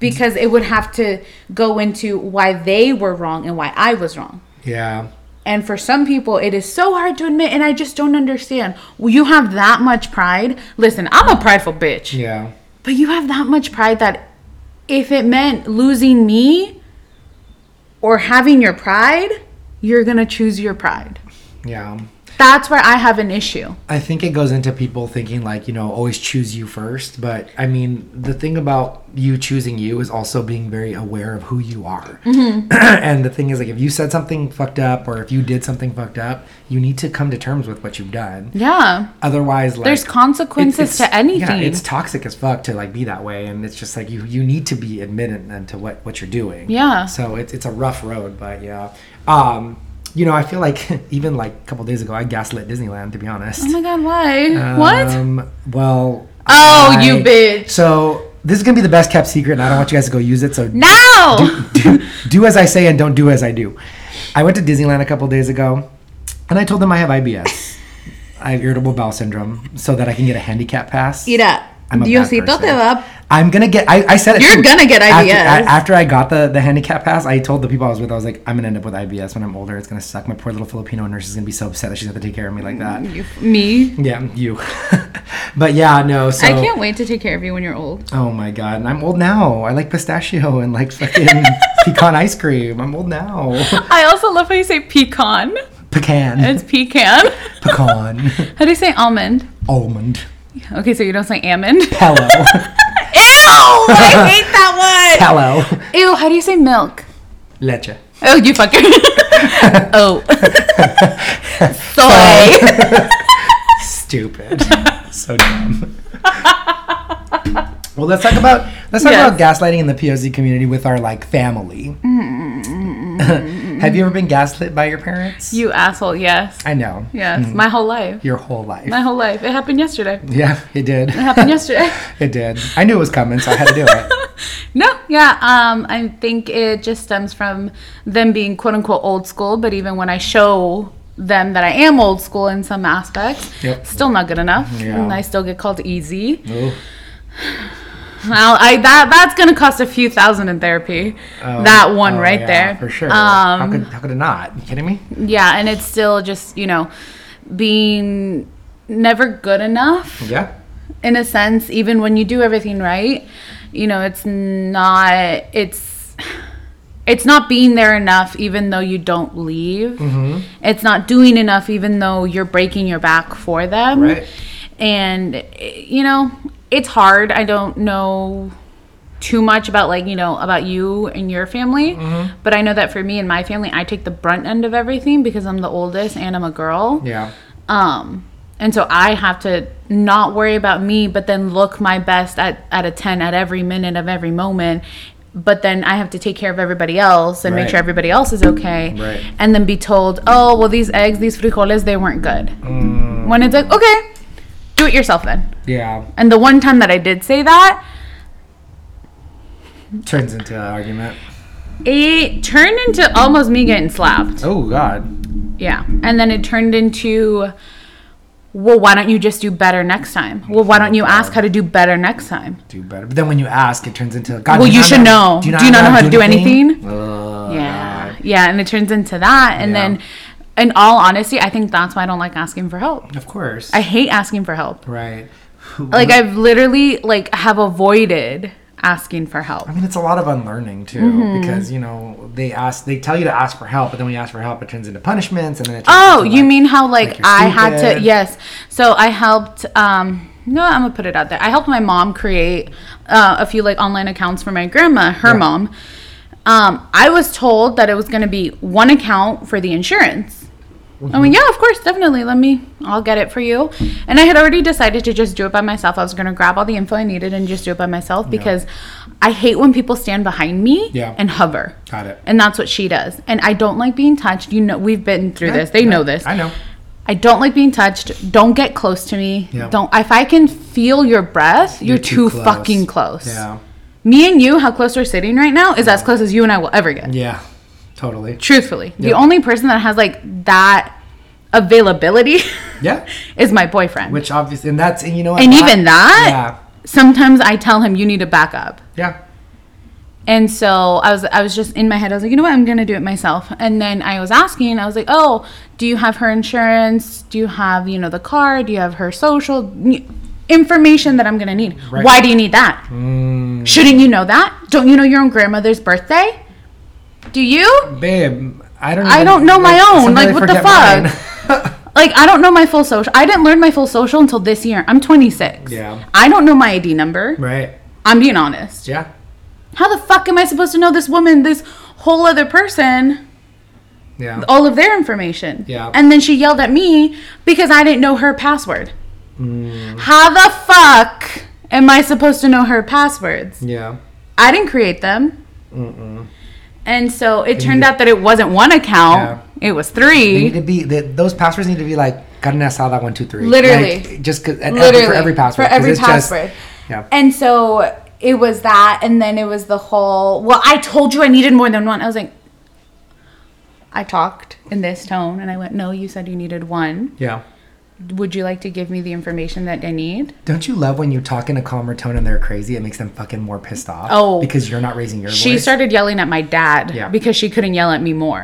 [SPEAKER 2] because it would have to go into why they were wrong and why I was wrong.
[SPEAKER 1] Yeah.
[SPEAKER 2] And for some people, it is so hard to admit, and I just don't understand. Well, you have that much pride. Listen, I'm a prideful bitch,
[SPEAKER 1] Yeah.
[SPEAKER 2] but you have that much pride that if it meant losing me or having your pride, you're gonna choose your pride.
[SPEAKER 1] Yeah.
[SPEAKER 2] That's where I have an issue.
[SPEAKER 1] I think it goes into people thinking like, you know, always choose you first. But I mean, the thing about you choosing you is also being very aware of who you are.
[SPEAKER 2] Mm-hmm.
[SPEAKER 1] [CLEARS THROAT] and the thing is, like, if you said something fucked up or if you did something fucked up, you need to come to terms with what you've done.
[SPEAKER 2] Yeah.
[SPEAKER 1] Otherwise, like,
[SPEAKER 2] There's consequences
[SPEAKER 1] it's-
[SPEAKER 2] to anything.
[SPEAKER 1] Yeah, it's toxic as fuck to like be that way, and it's just like you you need to be admitted into what what you're doing.
[SPEAKER 2] Yeah.
[SPEAKER 1] So it's it's a rough road, but yeah. Um, you know, I feel like [LAUGHS] even like a couple days ago, I gaslit Disneyland. To be honest.
[SPEAKER 2] oh my god, why? what?
[SPEAKER 1] Um, well.
[SPEAKER 2] Oh, you bitch.
[SPEAKER 1] So this is gonna be the best kept secret, and I don't want you guys to go use it. So
[SPEAKER 2] Now!
[SPEAKER 1] do, do as I say and don't do as I do. I went to Disneyland a couple days ago, and I told them I have IBS. I have irritable bowel syndrome, so that I can get a handicap pass.
[SPEAKER 2] Mira,
[SPEAKER 1] I'm a bad
[SPEAKER 2] Diosito te
[SPEAKER 1] person.
[SPEAKER 2] va.
[SPEAKER 1] I'm gonna get. I, I said it.
[SPEAKER 2] You're gonna get
[SPEAKER 1] after-
[SPEAKER 2] IBS.
[SPEAKER 1] a- After, I got the the handicap pass, I told the people I was with, I was like, I'm gonna end up with IBS when I'm older. It's gonna suck. My poor little Filipino nurse is gonna be so upset that she's gonna have to take care of me like that.
[SPEAKER 2] You, me.
[SPEAKER 1] Yeah, you. [LAUGHS] but yeah, no. So
[SPEAKER 2] I can't wait to take care of you when you're old.
[SPEAKER 1] Oh my god, and I'm old now. I like pistachio and like
[SPEAKER 2] [LAUGHS]
[SPEAKER 1] fucking pecan ice cream. I'm old now.
[SPEAKER 2] I also love how you say pecan.
[SPEAKER 1] Pecan,
[SPEAKER 2] It's pecan.
[SPEAKER 1] pecan,
[SPEAKER 2] [LAUGHS] How do you say almond?
[SPEAKER 1] almond,
[SPEAKER 2] Okay, so you don't say almond. Ew! [LAUGHS]
[SPEAKER 1] pillow,
[SPEAKER 2] I hate that
[SPEAKER 1] pillow,
[SPEAKER 2] one. Ew! How do you say milk?
[SPEAKER 1] leche.
[SPEAKER 2] Oh, you fucker. [LAUGHS] oh. Soy. [LAUGHS]
[SPEAKER 1] Stupid. so dumb. well, let's talk about let's talk
[SPEAKER 2] Yes.
[SPEAKER 1] about gaslighting in the POZ community with our like family.
[SPEAKER 2] Mm-hmm.
[SPEAKER 1] Have you ever been gaslit by your parents?
[SPEAKER 2] you asshole. Yes.
[SPEAKER 1] I know.
[SPEAKER 2] Yes. My whole life.
[SPEAKER 1] Your whole life.
[SPEAKER 2] My whole life. It happened yesterday.
[SPEAKER 1] yeah, it did. [LAUGHS]
[SPEAKER 2] It happened yesterday.
[SPEAKER 1] It did. I knew it was coming, so I had to do it.
[SPEAKER 2] [LAUGHS] No, yeah. Um, I think it just stems from them being quote unquote old school, but even when I show them that I am old school in some aspects,
[SPEAKER 1] Yep.
[SPEAKER 2] still not good enough.
[SPEAKER 1] Yeah.
[SPEAKER 2] And I still get called easy.
[SPEAKER 1] Oh,
[SPEAKER 2] Well, I that that's gonna cost a few thousand in therapy.
[SPEAKER 1] oh,
[SPEAKER 2] that one
[SPEAKER 1] oh,
[SPEAKER 2] right
[SPEAKER 1] yeah,
[SPEAKER 2] there.
[SPEAKER 1] For sure. how,
[SPEAKER 2] Um,
[SPEAKER 1] could, how could it not? You kidding me?
[SPEAKER 2] yeah, and it's still just, you know, being never good enough
[SPEAKER 1] Yeah.
[SPEAKER 2] in a sense, even when you do everything right, you know, it's not it's it's not being there enough even though you don't leave.
[SPEAKER 1] Mm-hmm.
[SPEAKER 2] It's not doing enough even though you're breaking your back for them.
[SPEAKER 1] Right.
[SPEAKER 2] And eh, you know, it's hard. I don't know too much about like, you know, about you and your family,
[SPEAKER 1] Mm-hmm.
[SPEAKER 2] but I know that for me and my family, I take the brunt end of everything because I'm the oldest and I'm a girl.
[SPEAKER 1] Yeah.
[SPEAKER 2] Um, and so I have to not worry about me, but then look my best at, at a 10 at every minute of every moment. But then I have to take care of everybody else and
[SPEAKER 1] Right.
[SPEAKER 2] make sure everybody else is okay.
[SPEAKER 1] Right.
[SPEAKER 2] And then be told, oh, well, these eggs, these frijoles, they weren't good. When it's like, okay, do it yourself then.
[SPEAKER 1] Mm, Yeah.
[SPEAKER 2] And the one time that I did say that,
[SPEAKER 1] Turns into an argument.
[SPEAKER 2] it turned into almost me getting slapped.
[SPEAKER 1] Oh God.
[SPEAKER 2] Yeah. And then it turned into, well, why don't you just do better next time? Well, why don't you ask how to do better next time?
[SPEAKER 1] Do better. But then when you ask, it turns into God.
[SPEAKER 2] Well,
[SPEAKER 1] do
[SPEAKER 2] you
[SPEAKER 1] not
[SPEAKER 2] should know. Do you not know how to do anything?
[SPEAKER 1] Oh,
[SPEAKER 2] Yeah.
[SPEAKER 1] God.
[SPEAKER 2] Yeah. And it turns into that. And
[SPEAKER 1] Yeah.
[SPEAKER 2] then, in all honesty, I think that's why I don't like asking for help.
[SPEAKER 1] Of course.
[SPEAKER 2] I hate asking for help.
[SPEAKER 1] right.
[SPEAKER 2] [LAUGHS] Like,
[SPEAKER 1] Mm-hmm.
[SPEAKER 2] I've literally, like, have avoided asking for help.
[SPEAKER 1] I mean, it's a lot of unlearning too,
[SPEAKER 2] Mm-hmm.
[SPEAKER 1] because you know they ask, they tell you to ask for help, but then when you ask for help, it turns into punishments, and then it turns
[SPEAKER 2] Oh,
[SPEAKER 1] into,
[SPEAKER 2] you
[SPEAKER 1] like-
[SPEAKER 2] mean how, like,
[SPEAKER 1] like you're
[SPEAKER 2] I had to,
[SPEAKER 1] stupid.
[SPEAKER 2] yes. So I helped, um, no, I'm gonna put it out there. I helped my mom create uh, a few like online accounts for my grandma, her mom. Um, I was told that it was gonna be one account for the insurance. I
[SPEAKER 1] Mm-hmm.
[SPEAKER 2] mean, yeah, of course, definitely. Let me, I'll get it for you. And I had already decided to just do it by myself. I was gonna grab all the info I needed and just do it by myself because I hate when people stand behind me
[SPEAKER 1] Yeah.
[SPEAKER 2] and hover.
[SPEAKER 1] Got it.
[SPEAKER 2] And that's what she does. And I don't like being touched. You know, we've been through this. They know this.
[SPEAKER 1] I know.
[SPEAKER 2] I don't like being touched. Don't get close to me.
[SPEAKER 1] Yeah.
[SPEAKER 2] Don't. If I can feel your breath, you're, too,
[SPEAKER 1] close.
[SPEAKER 2] fucking close.
[SPEAKER 1] Yeah.
[SPEAKER 2] Me and you, how close we're sitting right now, is as close as you and I will ever get.
[SPEAKER 1] Yeah. Totally.
[SPEAKER 2] Truthfully, the
[SPEAKER 1] Yeah.
[SPEAKER 2] only person that has like that availability, [LAUGHS]
[SPEAKER 1] Yeah.
[SPEAKER 2] is my boyfriend.
[SPEAKER 1] Which obviously, and that's, and you know what?
[SPEAKER 2] and
[SPEAKER 1] That-
[SPEAKER 2] even that,
[SPEAKER 1] Yeah.
[SPEAKER 2] sometimes I tell him you need to back up.
[SPEAKER 1] Yeah.
[SPEAKER 2] And so I was I was just in my head, I was like, you know what, I'm gonna do it myself. And then I was asking, I was like, Oh, do you have her insurance? Do you have, you know, the car? Do you have her social N- information that I'm gonna need?
[SPEAKER 1] Right. Mm-hmm.
[SPEAKER 2] Why do you need that?
[SPEAKER 1] Mm,
[SPEAKER 2] Shouldn't you know that? Don't you know your own grandmother's birthday? Do you?
[SPEAKER 1] Babe, I don't.
[SPEAKER 2] I don't know my
[SPEAKER 1] Mm-hmm. sometimes
[SPEAKER 2] own, like,
[SPEAKER 1] I
[SPEAKER 2] what the
[SPEAKER 1] forget mine.
[SPEAKER 2] [LAUGHS] Like I don't know my full social I didn't learn my full social until this year. I'm twenty six.
[SPEAKER 1] Yeah.
[SPEAKER 2] I don't know my ID number.
[SPEAKER 1] [LAUGHS] right.
[SPEAKER 2] I'm being honest.
[SPEAKER 1] Yeah.
[SPEAKER 2] How the fuck am I supposed to know this woman, this whole other person?
[SPEAKER 1] Yeah.
[SPEAKER 2] all of their information.
[SPEAKER 1] Yeah.
[SPEAKER 2] And then she yelled at me because I didn't know her password.
[SPEAKER 1] Mm.
[SPEAKER 2] How the fuck am I supposed to know her passwords?
[SPEAKER 1] Yeah.
[SPEAKER 2] I didn't create them. And so it turned out that it wasn't one account, it was
[SPEAKER 1] They need
[SPEAKER 2] three.
[SPEAKER 1] to be that those passwords need to be like carne asada one two three.
[SPEAKER 2] Literally.
[SPEAKER 1] Like, just 'cause- at every,
[SPEAKER 2] Literally.
[SPEAKER 1] for every password.
[SPEAKER 2] For
[SPEAKER 1] 'cause
[SPEAKER 2] every
[SPEAKER 1] it's just-
[SPEAKER 2] password.
[SPEAKER 1] yeah.
[SPEAKER 2] And so it was that. And then it was the whole, well, I told you I needed more than one. I was like, I talked in this tone and I went, no, you said you needed one.
[SPEAKER 1] yeah.
[SPEAKER 2] Would you like to give me the information that I need?
[SPEAKER 1] Don't you love when you talk in a calmer tone and they're crazy? It makes them fucking more pissed off.
[SPEAKER 2] Oh.
[SPEAKER 1] Because you're not raising your
[SPEAKER 2] She
[SPEAKER 1] voice.
[SPEAKER 2] started yelling at my dad
[SPEAKER 1] Yeah. Mm.
[SPEAKER 2] because she couldn't yell at me more.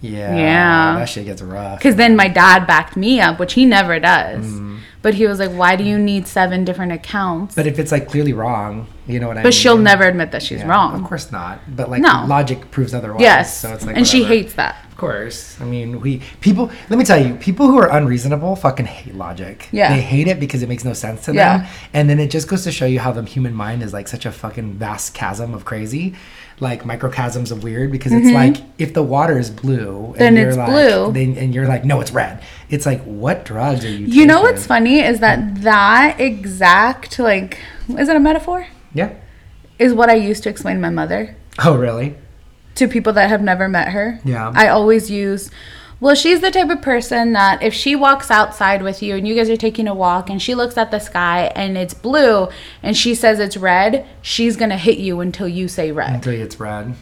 [SPEAKER 1] yeah.
[SPEAKER 2] Yeah.
[SPEAKER 1] That shit gets rough.
[SPEAKER 2] Because then my dad backed me up, which he never does. But he was like, "Why do you need seven different accounts?" But,
[SPEAKER 1] Mm. But if it's like clearly wrong, you know what I mean.
[SPEAKER 2] she'll never admit that she's
[SPEAKER 1] Yeah, Of
[SPEAKER 2] wrong.
[SPEAKER 1] course not. But like
[SPEAKER 2] No.
[SPEAKER 1] logic proves otherwise.
[SPEAKER 2] Yes,
[SPEAKER 1] So it's like
[SPEAKER 2] and she
[SPEAKER 1] whatever.
[SPEAKER 2] hates that.
[SPEAKER 1] Of course. I mean, we people. Let me tell you, people who are unreasonable fucking hate logic.
[SPEAKER 2] Yeah.
[SPEAKER 1] They hate it because it makes no sense to
[SPEAKER 2] Yeah.
[SPEAKER 1] them, and then it just goes to show you how the human mind is like such a fucking vast chasm of crazy, like microchasms of weird. Because it's like if the water is blue, and
[SPEAKER 2] Mm-hmm. Then it's
[SPEAKER 1] like,
[SPEAKER 2] blue.
[SPEAKER 1] then, and you're like, no, it's red. It's like, what drugs are you?
[SPEAKER 2] You know
[SPEAKER 1] taking?
[SPEAKER 2] what's funny is that that exact like is it a metaphor?
[SPEAKER 1] Yeah.
[SPEAKER 2] Is what I used to explain my mother
[SPEAKER 1] Oh really?
[SPEAKER 2] to people that have never met her.
[SPEAKER 1] Yeah.
[SPEAKER 2] I always use, well, she's the type of person that if she walks outside with you and you guys are taking a walk and she looks at the sky and it's blue and she says it's red, she's going to hit you until you say red.
[SPEAKER 1] Until it's red.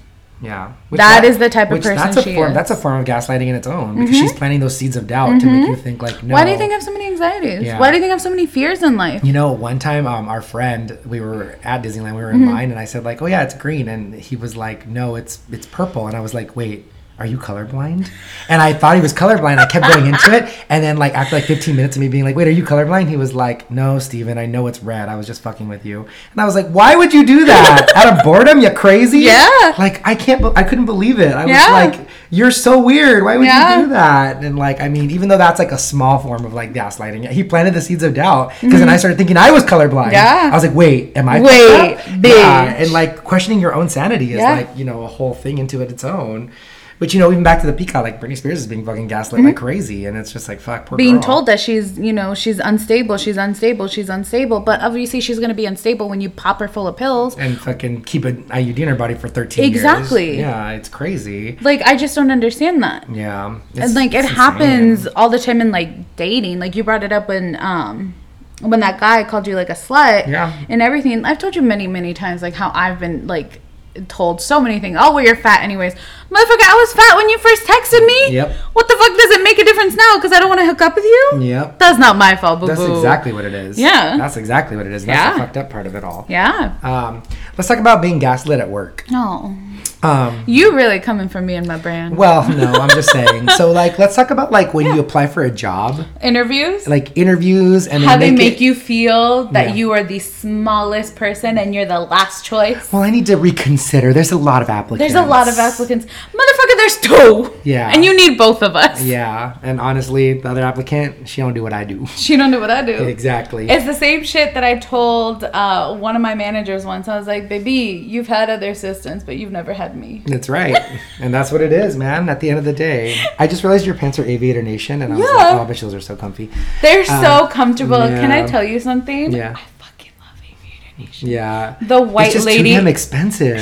[SPEAKER 1] Yeah. Which
[SPEAKER 2] That is the type of person
[SPEAKER 1] that's a
[SPEAKER 2] she
[SPEAKER 1] form,
[SPEAKER 2] is. Mm-hmm.
[SPEAKER 1] That's a form of gaslighting in its own because she's planting those seeds of doubt to make you think like, no.
[SPEAKER 2] Why do you think I have so many anxieties?
[SPEAKER 1] Yeah.
[SPEAKER 2] Why do you think I have so many fears in life?
[SPEAKER 1] You know, one time um, our friend, we were at Disneyland, we were in
[SPEAKER 2] Mm-hmm.
[SPEAKER 1] line, and I said like, "Oh yeah, it's green," and he was like, "No, it's it's purple," and I was like, "Wait." Are you colorblind? And I thought he was colorblind. I kept going into
[SPEAKER 2] [LAUGHS]
[SPEAKER 1] it. And then, like, after like 15 minutes of me being like, wait, are you colorblind? He was like, no, Steven, I know it's red. I was just fucking with you. And I was like, why would you do that?
[SPEAKER 2] [LAUGHS]
[SPEAKER 1] Out of boredom? You crazy?
[SPEAKER 2] Yeah.
[SPEAKER 1] Like, I can't, be- I couldn't believe it. I
[SPEAKER 2] Yeah.
[SPEAKER 1] was like, you're so weird. Why would
[SPEAKER 2] Yeah.
[SPEAKER 1] you do that? And like, I mean, even though that's like a small form of like gaslighting, he planted the seeds of doubt because then I started thinking I was colorblind.
[SPEAKER 2] Mm-hmm. Yeah.
[SPEAKER 1] I was like, wait, am I? fucked
[SPEAKER 2] Wait,
[SPEAKER 1] up?
[SPEAKER 2] bitch.
[SPEAKER 1] And like questioning your own sanity is
[SPEAKER 2] Yeah.
[SPEAKER 1] like, you know, a whole thing into it its own. But you know, even back to the peacock, like Britney Spears is being fucking gaslit like crazy, and it's just like fuck. Poor
[SPEAKER 2] Mm-hmm. Being
[SPEAKER 1] girl.
[SPEAKER 2] told that she's, you know, she's unstable, she's unstable, she's unstable. But obviously, she's going to be unstable when you pop her full of pills.
[SPEAKER 1] and fucking keep an IUD in her body for thirteen years.
[SPEAKER 2] Exactly.
[SPEAKER 1] Yeah, it's crazy.
[SPEAKER 2] Like, I just don't understand that.
[SPEAKER 1] Yeah,
[SPEAKER 2] and
[SPEAKER 1] it's-
[SPEAKER 2] like it
[SPEAKER 1] it's insane.
[SPEAKER 2] happens all the time in like dating like you brought it up when um when that guy called you like a slut
[SPEAKER 1] Yeah.
[SPEAKER 2] and everything i've told you many many times like how i've been like told so many things oh well you're fat anyways motherfucker i was fat when you first texted me
[SPEAKER 1] Yep.
[SPEAKER 2] what the fuck does it make a difference now because i don't want to hook up with you
[SPEAKER 1] Yep.
[SPEAKER 2] that's not my fault boo
[SPEAKER 1] That's exactly what it is.
[SPEAKER 2] Yeah.
[SPEAKER 1] that's exactly what it is. That's the
[SPEAKER 2] Yeah.
[SPEAKER 1] fucked up part of it all.
[SPEAKER 2] yeah
[SPEAKER 1] Um, let's talk about being gaslit at work.
[SPEAKER 2] no
[SPEAKER 1] Um,
[SPEAKER 2] you really coming for me and my brand
[SPEAKER 1] well, no, I'm just saying. So, like, let's talk about like when you apply for a job,
[SPEAKER 2] interviews
[SPEAKER 1] like interviews, and
[SPEAKER 2] how
[SPEAKER 1] then
[SPEAKER 2] they
[SPEAKER 1] make
[SPEAKER 2] make
[SPEAKER 1] it-
[SPEAKER 2] you feel that
[SPEAKER 1] Yeah.
[SPEAKER 2] you are the smallest person and you're the last choice
[SPEAKER 1] Well, I need to consider. There's a lot of applicants.
[SPEAKER 2] There's a lot of applicants. Motherfucker, there's two.
[SPEAKER 1] Yeah.
[SPEAKER 2] And you need both of us. [LAUGHS]
[SPEAKER 1] Yeah, and honestly, the other applicant, she don't do what I do. [LAUGHS]
[SPEAKER 2] She don't know what I do.
[SPEAKER 1] Exactly.
[SPEAKER 2] It's the same shit that I told uh, one of my managers once. I was like, "Baby, you've had other assistants, but you've never had me."
[SPEAKER 1] That's right. and that's what it is, man. At the end of the day, I just realized your pants are Aviator Nation, and I was
[SPEAKER 2] Yeah.
[SPEAKER 1] like, oh, but those are so comfy.
[SPEAKER 2] They're
[SPEAKER 1] Um,
[SPEAKER 2] so comfortable. Can I
[SPEAKER 1] yeah.
[SPEAKER 2] tell you something?
[SPEAKER 1] Yeah.
[SPEAKER 2] I fucking love Aviator Nation.
[SPEAKER 1] Yeah.
[SPEAKER 2] The white
[SPEAKER 1] it's just
[SPEAKER 2] lady.
[SPEAKER 1] Too damn expensive.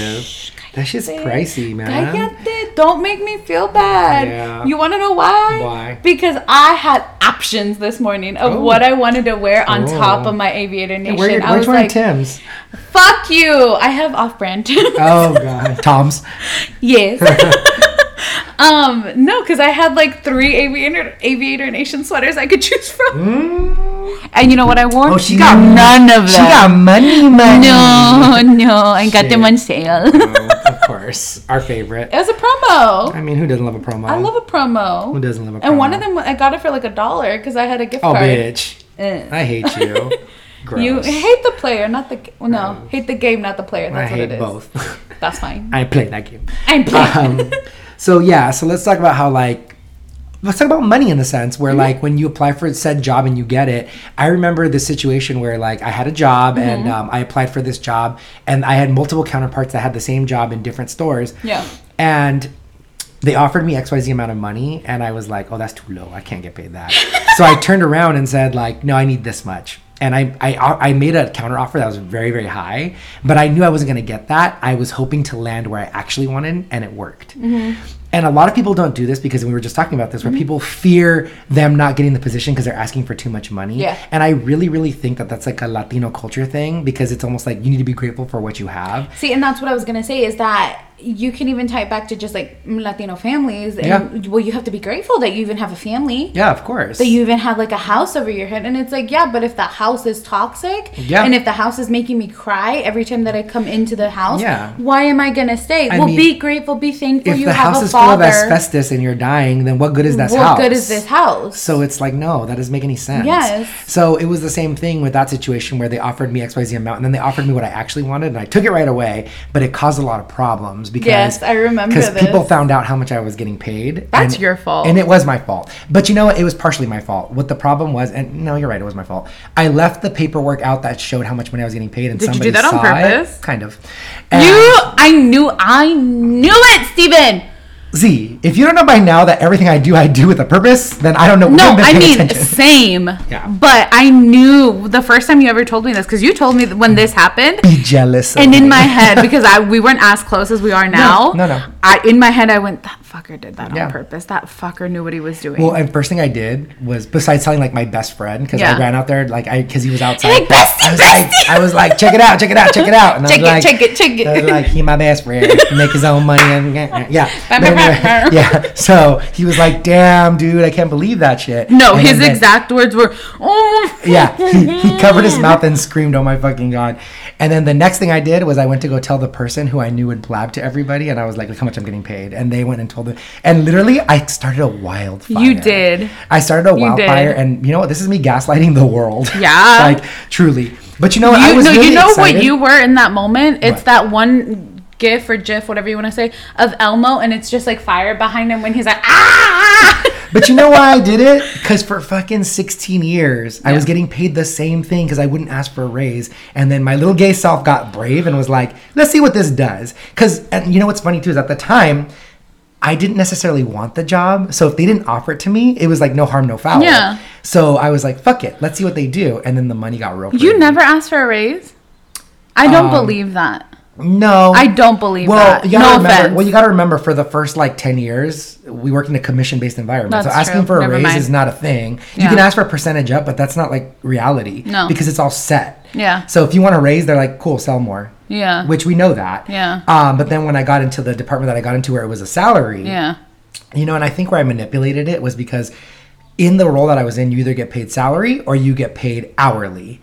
[SPEAKER 1] that shit's
[SPEAKER 2] cállate.
[SPEAKER 1] pricey, man.
[SPEAKER 2] Cállate. Don't make me feel bad.
[SPEAKER 1] Yeah.
[SPEAKER 2] You want to know why?
[SPEAKER 1] Why?
[SPEAKER 2] Because I had options this morning of
[SPEAKER 1] Oh.
[SPEAKER 2] what I wanted to wear on
[SPEAKER 1] Oh.
[SPEAKER 2] top of my Aviator Nation.
[SPEAKER 1] Where,
[SPEAKER 2] I
[SPEAKER 1] which
[SPEAKER 2] was
[SPEAKER 1] one are
[SPEAKER 2] like,
[SPEAKER 1] Tim's?
[SPEAKER 2] "Fuck you! I have off-brand." [LAUGHS]
[SPEAKER 1] Oh god, Tom's.
[SPEAKER 2] Yes. um, no, because I had like three aviator aviator nation sweaters I could choose from.
[SPEAKER 1] Mm.
[SPEAKER 2] [LAUGHS] And you know what I wore?
[SPEAKER 1] Oh, she got none
[SPEAKER 2] of
[SPEAKER 1] She got money, money.
[SPEAKER 2] no, no, I got them on sale. [LAUGHS]
[SPEAKER 1] [LAUGHS] Oh, of course, our favorite.
[SPEAKER 2] It was a promo.
[SPEAKER 1] I mean, who doesn't love a promo?
[SPEAKER 2] I love a promo.
[SPEAKER 1] Who doesn't love a promo?
[SPEAKER 2] And one of them, I got it for like a dollar because I had a gift
[SPEAKER 1] Oh,
[SPEAKER 2] card.
[SPEAKER 1] bitch!
[SPEAKER 2] Eh.
[SPEAKER 1] I hate
[SPEAKER 2] [LAUGHS]
[SPEAKER 1] you. Gross.
[SPEAKER 2] You hate the player, not the g- no. Hate the game, not the player.
[SPEAKER 1] I
[SPEAKER 2] That's what
[SPEAKER 1] hate
[SPEAKER 2] it is.
[SPEAKER 1] both.
[SPEAKER 2] That's fine.
[SPEAKER 1] [LAUGHS] I play that game.
[SPEAKER 2] I'm
[SPEAKER 1] [LAUGHS]
[SPEAKER 2] playing.
[SPEAKER 1] um, so yeah, so let's talk about how like let's talk about money in a sense where like when you apply for said job and you get it. I remember the situation where like I had a job and um, I applied for this job and I had multiple counterparts that had the same job in different stores.
[SPEAKER 2] Yeah.
[SPEAKER 1] and. They offered me XYZ amount of money, and I was like, oh, that's too low. I can't get paid
[SPEAKER 2] [LAUGHS]
[SPEAKER 1] that. so I turned around and said, like, no, I need this much. And I, I, I made a counter offer that was very, very high, but I knew I wasn't going to get that. I was hoping to land where I actually wanted, and it worked.
[SPEAKER 2] Mm-hmm.
[SPEAKER 1] And a lot of people don't do this because we were just talking about this, where people fear them not getting the position because they're asking for too much money.
[SPEAKER 2] Yeah.
[SPEAKER 1] And I really, really think that that's like a Latino culture thing because it's almost like you need to be grateful for what you have.
[SPEAKER 2] See, and that's what I was gonna say is that you can even tie it back to just like mm, Latino families. And,
[SPEAKER 1] Yeah.
[SPEAKER 2] Well, you have to be grateful that you even have a family.
[SPEAKER 1] Yeah, of course.
[SPEAKER 2] That you even have like a house over your head, and it's like, yeah, but if that house is toxic,
[SPEAKER 1] Yeah.
[SPEAKER 2] and if the house is making me cry every time that I come into the house,
[SPEAKER 1] Yeah.
[SPEAKER 2] why am I gonna stay? well,
[SPEAKER 1] mean,
[SPEAKER 2] be grateful, be thankful.
[SPEAKER 1] if
[SPEAKER 2] you
[SPEAKER 1] the
[SPEAKER 2] have
[SPEAKER 1] house
[SPEAKER 2] a
[SPEAKER 1] is full of
[SPEAKER 2] father.
[SPEAKER 1] asbestos and you're dying, then what good is that
[SPEAKER 2] what
[SPEAKER 1] house?
[SPEAKER 2] good is this house?
[SPEAKER 1] So it's like, no, that doesn't make any sense.
[SPEAKER 2] Yes.
[SPEAKER 1] So it was the same thing with that situation where they offered me XYZ amount and then they offered me what I actually wanted and I took it right away, but it caused a lot of problems because
[SPEAKER 2] Yes, I remember
[SPEAKER 1] because people
[SPEAKER 2] this.
[SPEAKER 1] found out how much I was getting paid.
[SPEAKER 2] That's
[SPEAKER 1] and-
[SPEAKER 2] your fault.
[SPEAKER 1] And it was my fault. But you know what? It was partially my fault. What the problem was, and no, you're right, it was my fault. I left the paperwork out that showed how much money I was getting paid and
[SPEAKER 2] Did you
[SPEAKER 1] somebody
[SPEAKER 2] do that on
[SPEAKER 1] saw
[SPEAKER 2] purpose?
[SPEAKER 1] It, kind of.
[SPEAKER 2] you, I knew, I knew it, Steven.
[SPEAKER 1] Z, if you don't know by now that everything I do, I do with a purpose, then I don't know.
[SPEAKER 2] No,
[SPEAKER 1] you've been
[SPEAKER 2] I
[SPEAKER 1] paying
[SPEAKER 2] mean
[SPEAKER 1] attention.
[SPEAKER 2] same.
[SPEAKER 1] Yeah.
[SPEAKER 2] But I knew the first time you ever told me this because you told me that when this happened,
[SPEAKER 1] be jealous. of
[SPEAKER 2] and in
[SPEAKER 1] me.
[SPEAKER 2] my head because I we weren't as close as we are now.
[SPEAKER 1] no, no.
[SPEAKER 2] I in my head I went that fucker did that
[SPEAKER 1] Yeah.
[SPEAKER 2] on purpose. That fucker knew what he was
[SPEAKER 1] [LAUGHS]
[SPEAKER 2] doing.
[SPEAKER 1] Well, and first thing I did was besides telling like my best friend because
[SPEAKER 2] Yeah.
[SPEAKER 1] I ran out there like I because he was outside.
[SPEAKER 2] Like, "Bestie,
[SPEAKER 1] I was like,
[SPEAKER 2] bestie."
[SPEAKER 1] I was like, check it out, check it out, check it out, and I was
[SPEAKER 2] Check it,
[SPEAKER 1] like,
[SPEAKER 2] check it, check it.
[SPEAKER 1] I was like, he my best friend, make his own money, and yeah, yeah.
[SPEAKER 2] Bah,
[SPEAKER 1] But
[SPEAKER 2] bah, bah,
[SPEAKER 1] anyway,
[SPEAKER 2] bah.
[SPEAKER 1] [LAUGHS] yeah. So he was like, damn, dude, I can't believe that shit.
[SPEAKER 2] no,
[SPEAKER 1] And
[SPEAKER 2] his
[SPEAKER 1] then-
[SPEAKER 2] exact words were, "Oh, my
[SPEAKER 1] Yeah,
[SPEAKER 2] fucking
[SPEAKER 1] he,
[SPEAKER 2] [LAUGHS]
[SPEAKER 1] he covered his mouth and screamed, "Oh my fucking god!" And then the next thing I did was I went to go tell the person who I knew would blab to everybody, and I was like, "Look how much I'm getting paid." And they went and told them, and literally, I started a wildfire.
[SPEAKER 2] You did.
[SPEAKER 1] I started a
[SPEAKER 2] You did.
[SPEAKER 1] wildfire, and you know what? This is me gaslighting the world.
[SPEAKER 2] Yeah.
[SPEAKER 1] [LAUGHS] like truly. But you know what? I
[SPEAKER 2] You,
[SPEAKER 1] was
[SPEAKER 2] no,
[SPEAKER 1] really
[SPEAKER 2] you know
[SPEAKER 1] excited.
[SPEAKER 2] what you were in that moment. It's
[SPEAKER 1] What?
[SPEAKER 2] that one gif or gif, whatever you want to say, of Elmo, and it's just like fire behind him when he's like
[SPEAKER 1] [LAUGHS]
[SPEAKER 2] ah.
[SPEAKER 1] But you know why I did
[SPEAKER 2] [LAUGHS]
[SPEAKER 1] it? Because for fucking 16 years, I was getting paid the same thing because I wouldn't ask for a raise. And then my little gay self got brave and was like, let's see what this does. Because, and you know what's funny too is at the time, I didn't necessarily want the job. So if they didn't offer it to me, it was like no harm, no foul.
[SPEAKER 2] Yeah.
[SPEAKER 1] So I was like, fuck it, let's see what they do. And then the money got real.
[SPEAKER 2] You
[SPEAKER 1] pretty.
[SPEAKER 2] never asked for a raise. I don't
[SPEAKER 1] Um,
[SPEAKER 2] believe that.
[SPEAKER 1] No.
[SPEAKER 2] I don't believe
[SPEAKER 1] well,
[SPEAKER 2] that.
[SPEAKER 1] you gotta
[SPEAKER 2] No
[SPEAKER 1] remember,
[SPEAKER 2] offense.
[SPEAKER 1] Well, you got to remember for the first like 10 years, we worked in a commission based environment.
[SPEAKER 2] That's
[SPEAKER 1] so asking
[SPEAKER 2] true.
[SPEAKER 1] for a
[SPEAKER 2] Never
[SPEAKER 1] raise
[SPEAKER 2] mind.
[SPEAKER 1] is not a thing. You
[SPEAKER 2] Yeah.
[SPEAKER 1] can ask for a percentage up, but that's not like reality.
[SPEAKER 2] No.
[SPEAKER 1] Because it's all set.
[SPEAKER 2] Yeah.
[SPEAKER 1] So if you want to raise, they're like, cool, sell more.
[SPEAKER 2] Yeah.
[SPEAKER 1] Which we know that.
[SPEAKER 2] Yeah.
[SPEAKER 1] Um, but then when I got into the department that I got into where it was a salary,
[SPEAKER 2] yeah.
[SPEAKER 1] you know, and I think where I manipulated it was because in the role that I was in, you either get paid salary or you get paid hourly.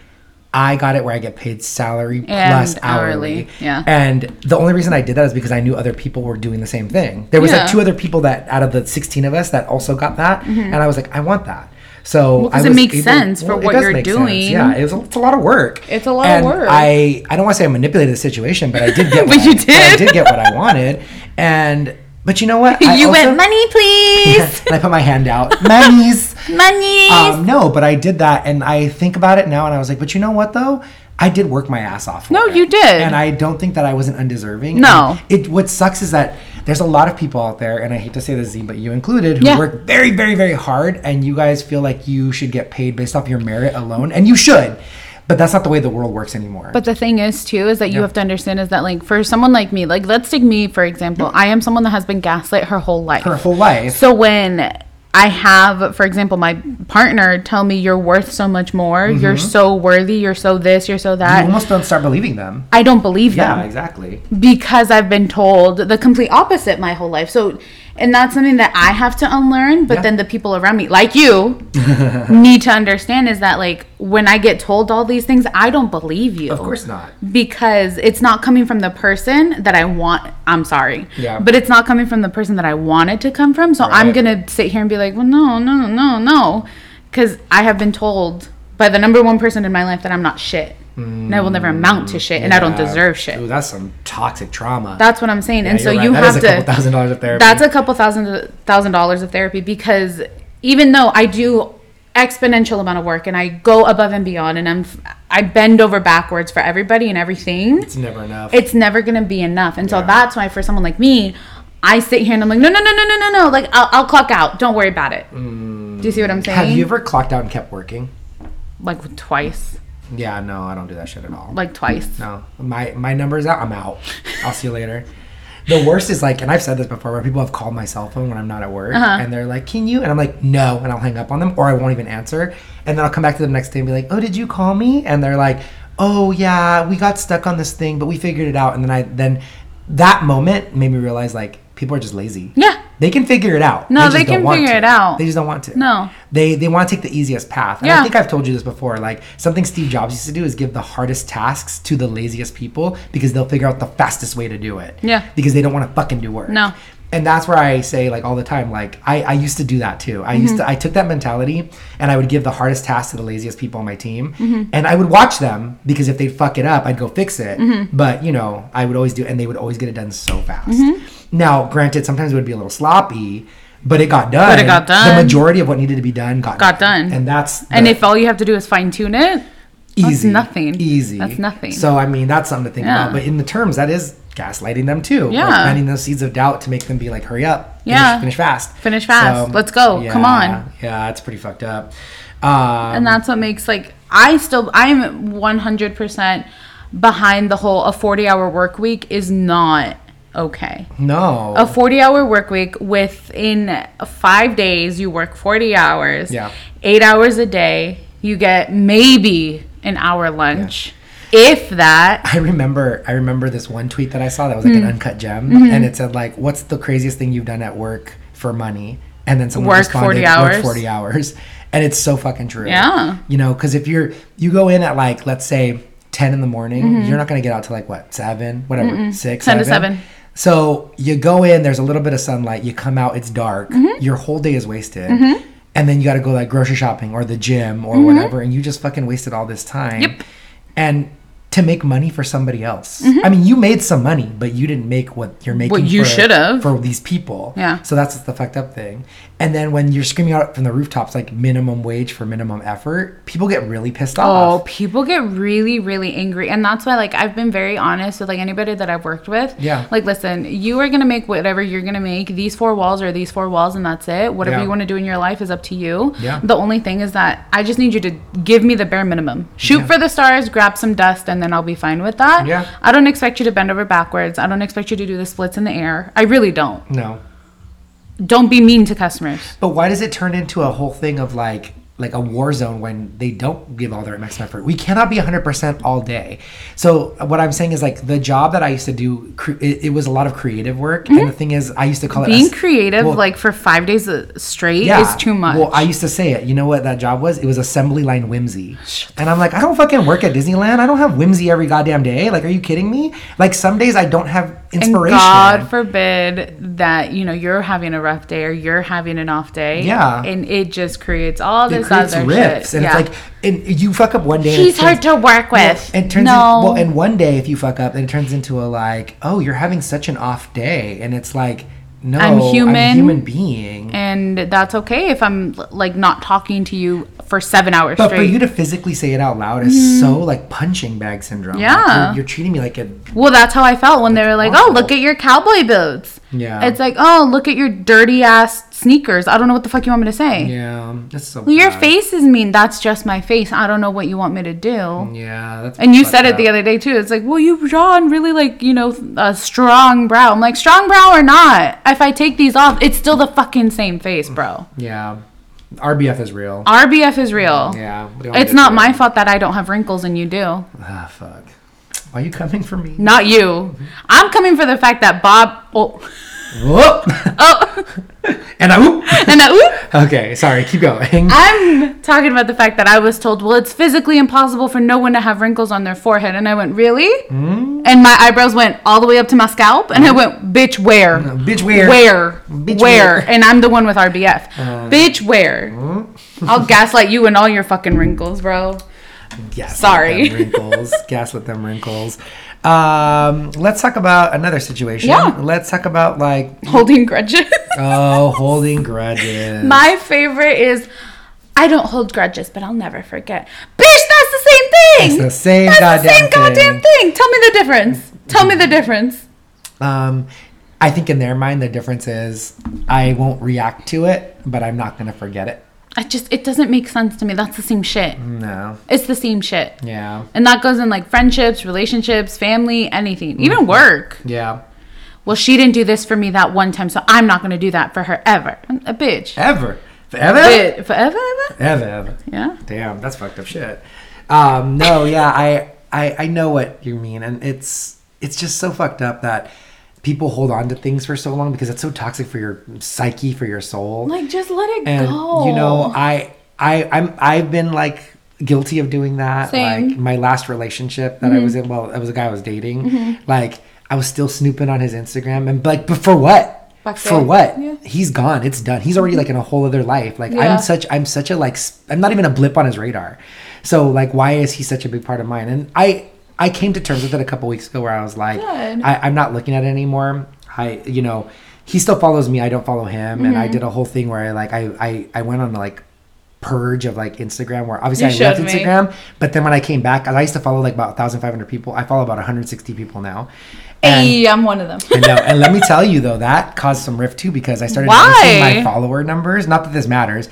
[SPEAKER 1] I got it where I get paid salary plus
[SPEAKER 2] And
[SPEAKER 1] hourly.
[SPEAKER 2] hourly, yeah.
[SPEAKER 1] And the only reason I did that is because I knew other people were doing the same thing. There was
[SPEAKER 2] Yeah.
[SPEAKER 1] like two other people that out of the 16 of us that also got that. And I was like, I want that. So
[SPEAKER 2] Mm-hmm. Well, 'cause
[SPEAKER 1] I
[SPEAKER 2] it
[SPEAKER 1] was
[SPEAKER 2] makes sense for
[SPEAKER 1] it
[SPEAKER 2] what
[SPEAKER 1] does
[SPEAKER 2] you're
[SPEAKER 1] make
[SPEAKER 2] doing.
[SPEAKER 1] Yeah, it was, it's a lot of work.
[SPEAKER 2] It's a lot of
[SPEAKER 1] And
[SPEAKER 2] work.
[SPEAKER 1] I I don't want to say I manipulated the situation, but I
[SPEAKER 2] [LAUGHS]
[SPEAKER 1] did get.
[SPEAKER 2] But
[SPEAKER 1] what
[SPEAKER 2] you
[SPEAKER 1] I, I
[SPEAKER 2] did.
[SPEAKER 1] did get what I wanted, and but you know what? I
[SPEAKER 2] [LAUGHS] you
[SPEAKER 1] also-
[SPEAKER 2] went, money,
[SPEAKER 1] [LAUGHS]
[SPEAKER 2] please.
[SPEAKER 1] and I put my hand out. Monies.
[SPEAKER 2] money.
[SPEAKER 1] Um, no, but I did that, and I think about it now, and I was like, but you know what though? I did work my ass off. for
[SPEAKER 2] No,
[SPEAKER 1] it.
[SPEAKER 2] you did.
[SPEAKER 1] and I don't think that I wasn't undeserving.
[SPEAKER 2] No.
[SPEAKER 1] And it what sucks is that there's a lot of people out there, and I hate to say this, Z, but you included, who
[SPEAKER 2] Yeah.
[SPEAKER 1] work very, very, very hard, and you guys feel like you should get paid based off your merit alone, and you should, but that's not the way the world works anymore.
[SPEAKER 2] But the thing is, too, is that you have to understand is that, like, for someone like me, like, let's take me, for example, I am someone that has been gaslit her whole life.
[SPEAKER 1] her whole life.
[SPEAKER 2] So when I have, for example, my partner tell me you're worth so much more, you're
[SPEAKER 1] Mm-hmm.
[SPEAKER 2] so worthy, you're so this, you're so
[SPEAKER 1] You
[SPEAKER 2] that,
[SPEAKER 1] almost don't start believing them.
[SPEAKER 2] I don't believe
[SPEAKER 1] Mm-hmm. Yeah,
[SPEAKER 2] them
[SPEAKER 1] exactly.
[SPEAKER 2] because I've been told the complete opposite my whole life. So, and that's something that I have to unlearn. But
[SPEAKER 1] Yeah.
[SPEAKER 2] then the people around me,
[SPEAKER 1] [LAUGHS]
[SPEAKER 2] like you, need to understand is that like when I get told all these things, I don't believe you.
[SPEAKER 1] Of course not.
[SPEAKER 2] Because it's not coming from the person that I want. I'm sorry.
[SPEAKER 1] Yeah.
[SPEAKER 2] But it's not coming from the person that I want it to come from. So I'm
[SPEAKER 1] Right.
[SPEAKER 2] gonna sit here and be like, well, no, no, no, no, because I have been told by the number one person in my life that I'm not shit. And I will never amount to shit, and I don't
[SPEAKER 1] Yeah.
[SPEAKER 2] deserve shit.
[SPEAKER 1] Ooh, that's some toxic trauma.
[SPEAKER 2] That's what I'm saying. and
[SPEAKER 1] Yeah,
[SPEAKER 2] so
[SPEAKER 1] you're right.
[SPEAKER 2] you
[SPEAKER 1] That is
[SPEAKER 2] have
[SPEAKER 1] a
[SPEAKER 2] to.
[SPEAKER 1] couple thousand dollars of therapy.
[SPEAKER 2] That's a couple thousand thousand dollars of therapy because even though I do exponential amount of work and I go above and beyond and I'm I bend over backwards for everybody and everything,
[SPEAKER 1] it's never enough.
[SPEAKER 2] it's never gonna be enough. And so
[SPEAKER 1] Yeah.
[SPEAKER 2] that's why for someone like me, I sit here and I'm like, no, no, no, no, no, no, no. Like I'll, I'll clock out. Don't worry about it. Do you see what I'm saying?
[SPEAKER 1] Mm. Have you ever clocked out and kept working?
[SPEAKER 2] like twice,
[SPEAKER 1] Yeah, no, I don't do that shit at all.
[SPEAKER 2] like twice.
[SPEAKER 1] No, my my number's out. I'm out. I'll see you later. The worst is like, and I've said this before, where people have called my cell phone when I'm not at work,
[SPEAKER 2] Uh-huh.
[SPEAKER 1] and they're like, "Can you?" And I'm like, "No," and I'll hang up on them, or I won't even answer. And then I'll come back to them next day and be like, "Oh, did you call me?" And they're like, "Oh yeah, we got stuck on this thing, but we figured it out." And then I then that moment made me realize like people are just lazy.
[SPEAKER 2] Yeah.
[SPEAKER 1] They can figure it out.
[SPEAKER 2] No,
[SPEAKER 1] just
[SPEAKER 2] they
[SPEAKER 1] don't
[SPEAKER 2] can
[SPEAKER 1] want
[SPEAKER 2] figure
[SPEAKER 1] to.
[SPEAKER 2] it out.
[SPEAKER 1] They just don't want to.
[SPEAKER 2] No.
[SPEAKER 1] They they want to take the easiest path. And I
[SPEAKER 2] Yeah.
[SPEAKER 1] think I've told you this before. Like something Steve Jobs used to do is give the hardest tasks to the laziest people because they'll figure out the fastest way to do it.
[SPEAKER 2] Yeah.
[SPEAKER 1] Because they don't want to fucking do work.
[SPEAKER 2] No.
[SPEAKER 1] And that's where I say like all the time, like I, I used to do that too. I used
[SPEAKER 2] Mm-hmm.
[SPEAKER 1] to I took that mentality and I would give the hardest task to the laziest people on my team.
[SPEAKER 2] Mm-hmm.
[SPEAKER 1] And I would watch them because if they'd fuck it up, I'd go fix it.
[SPEAKER 2] Mm-hmm.
[SPEAKER 1] But you know, I would always do and they would always get it done so fast.
[SPEAKER 2] Mm-hmm.
[SPEAKER 1] Now, granted, sometimes it would be a little sloppy, but it got done.
[SPEAKER 2] it got done.
[SPEAKER 1] The majority of what needed to be done got,
[SPEAKER 2] Got done.
[SPEAKER 1] And that's
[SPEAKER 2] And
[SPEAKER 1] the-
[SPEAKER 2] if all you have to do is fine tune it,
[SPEAKER 1] easy.
[SPEAKER 2] nothing.
[SPEAKER 1] Easy.
[SPEAKER 2] That's nothing.
[SPEAKER 1] So I mean, that's something to think
[SPEAKER 2] Yeah.
[SPEAKER 1] about. But in the terms, that is gaslighting them too.
[SPEAKER 2] Yeah.
[SPEAKER 1] Like planting those seeds of doubt to make them be like, "Hurry up! Finish-
[SPEAKER 2] Yeah.
[SPEAKER 1] finish, fast,
[SPEAKER 2] Finish fast. Let's go. Come on.
[SPEAKER 1] Yeah, it's pretty fucked up. Um,
[SPEAKER 2] and that's what makes like i still i'm 100% behind the whole a 40 hour work week is not okay
[SPEAKER 1] no.
[SPEAKER 2] a 40 hour work week within five days you work 40 hours
[SPEAKER 1] Yeah.
[SPEAKER 2] eight hours a day you get maybe an hour lunch if that
[SPEAKER 1] I remember I remember this one tweet that I saw that was like
[SPEAKER 2] Mm.
[SPEAKER 1] an uncut gem
[SPEAKER 2] Mm-hmm.
[SPEAKER 1] and it said like what's the craziest thing you've done at work for money and then someone
[SPEAKER 2] Work
[SPEAKER 1] responded
[SPEAKER 2] 40
[SPEAKER 1] work
[SPEAKER 2] hours."
[SPEAKER 1] 40 hours and it's so fucking true.
[SPEAKER 2] Yeah.
[SPEAKER 1] You know, cuz if you're you go in at like let's say 10 in the morning,
[SPEAKER 2] Mm-hmm.
[SPEAKER 1] you're not going to get out till like what? 7, whatever, 6
[SPEAKER 2] 10 to 7.
[SPEAKER 1] So you go in, there's a little bit of sunlight, you come out, it's dark.
[SPEAKER 2] Mm-hmm.
[SPEAKER 1] Your whole day is wasted. And then you got to go like grocery shopping or the gym or whatever and you just fucking wasted all this time.
[SPEAKER 2] Mm-hmm. Yep.
[SPEAKER 1] And to make money for somebody else. I mean, you made some money, but you didn't make what you're making
[SPEAKER 2] Mm-hmm. What you
[SPEAKER 1] for-
[SPEAKER 2] should've.
[SPEAKER 1] for these people.
[SPEAKER 2] Yeah.
[SPEAKER 1] So that's the fucked up thing. And then when you're screaming out from the rooftops like minimum wage for minimum effort, people get really pissed
[SPEAKER 2] Oh,
[SPEAKER 1] off.
[SPEAKER 2] people get really, really angry. And that's why, like, I've been very honest with, like, anybody that I've worked with.
[SPEAKER 1] Yeah.
[SPEAKER 2] Like, listen, you are going to make whatever you're going to make. These four walls are these four walls, and that's it. Whatever
[SPEAKER 1] Yeah.
[SPEAKER 2] you want to do in your life is up to you.
[SPEAKER 1] Yeah.
[SPEAKER 2] The only thing is that I just need you to give me the bare minimum. Shoot for the stars, grab some dust, and then I'll be fine with that.
[SPEAKER 1] Yeah.
[SPEAKER 2] I don't expect you to bend over backwards. I don't expect you to do the splits in the air. I really don't.
[SPEAKER 1] No.
[SPEAKER 2] Don't be mean to customers.
[SPEAKER 1] But why does it turn into a whole thing of like like a war zone when they don't give all their maximum effort? We cannot be 100% all day. So uh, what I'm saying is like the job that I used to do, cre- it, it was a lot of creative work. And the thing is, I used to call it
[SPEAKER 2] Mm-hmm. Being
[SPEAKER 1] a-
[SPEAKER 2] creative,
[SPEAKER 1] well,
[SPEAKER 2] like, for five days uh, straight is too much.
[SPEAKER 1] Well, I used to say it. You know what that job was? It was assembly line whimsy. And I'm like, I don't fucking work at Disneyland. I don't have whimsy every goddamn day. Like, are you kidding me? Like, some days I don't have inspiration.
[SPEAKER 2] And God forbid that you know you're having a rough day or you're having an off day.
[SPEAKER 1] Yeah.
[SPEAKER 2] and it just creates all this
[SPEAKER 1] creates
[SPEAKER 2] other
[SPEAKER 1] rifts,
[SPEAKER 2] shit.
[SPEAKER 1] and
[SPEAKER 2] Yeah.
[SPEAKER 1] it's like, and you fuck up one day. and
[SPEAKER 2] He's
[SPEAKER 1] it turns-
[SPEAKER 2] hard to work
[SPEAKER 1] Well,
[SPEAKER 2] with.
[SPEAKER 1] it turns
[SPEAKER 2] no.
[SPEAKER 1] in- well, and one day if you fuck up, then it turns into a like, oh, you're having such an off day, and it's like, no,
[SPEAKER 2] I'm
[SPEAKER 1] I'm a
[SPEAKER 2] human.
[SPEAKER 1] human being.
[SPEAKER 2] and that's okay if I'm like not talking to you for seven hours
[SPEAKER 1] But for
[SPEAKER 2] straight. Mm-hmm.
[SPEAKER 1] you to physically say it out loud is so like punching bag syndrome. Like,
[SPEAKER 2] Yeah.
[SPEAKER 1] you're, you're treating me like a
[SPEAKER 2] well, that's how I felt when they were like, "Oh,
[SPEAKER 1] awful.
[SPEAKER 2] look at your cowboy boots."
[SPEAKER 1] Yeah.
[SPEAKER 2] It's like, "Oh, look at your dirty ass sneakers." I don't know what the fuck you want me to say.
[SPEAKER 1] yeah. That's so.
[SPEAKER 2] Well, Your
[SPEAKER 1] bad.
[SPEAKER 2] face is mean. That's just my face. I don't know what you want me to do.
[SPEAKER 1] Yeah, that's.
[SPEAKER 2] And you
[SPEAKER 1] fucked
[SPEAKER 2] said it
[SPEAKER 1] up.
[SPEAKER 2] the other day too. It's like, well, you've drawn really like you know a strong brow. I'm like, strong brow or not? If I take these off, it's still the fucking same
[SPEAKER 1] [LAUGHS]
[SPEAKER 2] face, bro.
[SPEAKER 1] Yeah, RBF is real.
[SPEAKER 2] RBF is real.
[SPEAKER 1] Yeah. we don't
[SPEAKER 2] It's
[SPEAKER 1] get
[SPEAKER 2] not
[SPEAKER 1] to-
[SPEAKER 2] my fault that I don't have wrinkles and you do.
[SPEAKER 1] Ah, fuck. Why are you coming for me?
[SPEAKER 2] Not you. I'm coming for the fact that Bob. Oh, [LAUGHS]
[SPEAKER 1] Whoop. [LAUGHS]
[SPEAKER 2] oh, [LAUGHS]
[SPEAKER 1] and I whoop.
[SPEAKER 2] and I, oop.
[SPEAKER 1] Okay, sorry. Keep going.
[SPEAKER 2] I'm talking about the fact that I was told, well, it's physically impossible for no one to have wrinkles on their forehead, and I went, really?
[SPEAKER 1] Hmm?
[SPEAKER 2] And my eyebrows went all the way up to my scalp, and I went, bitch, where?
[SPEAKER 1] Bitch, where?
[SPEAKER 2] Where?
[SPEAKER 1] Bitch,
[SPEAKER 2] where?
[SPEAKER 1] where? Uh.
[SPEAKER 2] And I'm the one with RBF. Bitch, where?
[SPEAKER 1] Hmm?
[SPEAKER 2] I'll gaslight you and all your fucking wrinkles,
[SPEAKER 1] [LAUGHS]
[SPEAKER 2] bro.
[SPEAKER 1] Gaslit
[SPEAKER 2] Sorry.
[SPEAKER 1] them
[SPEAKER 2] [LAUGHS]
[SPEAKER 1] wrinkles. Gaslit them wrinkles. Um, let's talk about another situation.
[SPEAKER 2] Yeah.
[SPEAKER 1] Let's talk about like
[SPEAKER 2] Holding grudges. [LAUGHS]
[SPEAKER 1] oh, holding grudges.
[SPEAKER 2] My favorite is I don't hold grudges, but I'll never forget. Bitch, that's the same thing.
[SPEAKER 1] It's the same
[SPEAKER 2] That's the
[SPEAKER 1] goddamn
[SPEAKER 2] same
[SPEAKER 1] Mm-hmm.
[SPEAKER 2] goddamn thing. Tell me the difference. Tell me the difference.
[SPEAKER 1] um, I think in their mind the difference is I won't react to it, but I'm not gonna forget it.
[SPEAKER 2] I just it doesn't make sense to me. That's the same shit.
[SPEAKER 1] No.
[SPEAKER 2] It's the same shit.
[SPEAKER 1] Yeah.
[SPEAKER 2] And that goes in like friendships, relationships, family, anything, even
[SPEAKER 1] Mm-hmm.
[SPEAKER 2] work.
[SPEAKER 1] Yeah.
[SPEAKER 2] Well, she didn't do this for me that one time, so I'm not going to do that for her ever. I'm A bitch.
[SPEAKER 1] Ever. Forever.
[SPEAKER 2] Bit- Forever, ever?
[SPEAKER 1] Ever. Ever.
[SPEAKER 2] Yeah.
[SPEAKER 1] Damn, that's fucked up shit. Um, no, yeah, I, I I know what you mean, and it's it's just so fucked up that people hold on to things for so long because it's so toxic for your psyche, for your soul.
[SPEAKER 2] Like, just let it
[SPEAKER 1] and
[SPEAKER 2] go.
[SPEAKER 1] you know, I I I'm I've been like guilty of doing that.
[SPEAKER 2] Same. Mm-hmm.
[SPEAKER 1] Like my last relationship that I was in, well, it was a guy I was dating. Like I was still snooping on his Instagram, and like, but for what?
[SPEAKER 2] Fuck
[SPEAKER 1] for
[SPEAKER 2] it.
[SPEAKER 1] what?
[SPEAKER 2] Yeah. Mm-hmm.
[SPEAKER 1] He's gone. It's done. He's already like in a whole other life. Like
[SPEAKER 2] Yeah.
[SPEAKER 1] I'm such I'm such a like s- I'm not even a blip on his radar. So like why is he such a big part of mine? And I I came to terms with it a couple weeks ago where I was like
[SPEAKER 2] Good.
[SPEAKER 1] I, I'm not looking at it anymore. I you know he still follows me. I don't follow him. And
[SPEAKER 2] Mm-hmm.
[SPEAKER 1] I did a whole thing where I like I I, I went on like purge of like Instagram where obviously
[SPEAKER 2] You
[SPEAKER 1] I left
[SPEAKER 2] showed me.
[SPEAKER 1] Instagram. But then when I came back, I used to follow like about 1,500 people. I follow about 160 people now. And-
[SPEAKER 2] Hey, I'm one
[SPEAKER 1] [LAUGHS]
[SPEAKER 2] of them.
[SPEAKER 1] I know. And
[SPEAKER 2] [LAUGHS]
[SPEAKER 1] let me tell you though, that caused some rift too because I started
[SPEAKER 2] Why?
[SPEAKER 1] noticing my follower numbers. Not that this matters.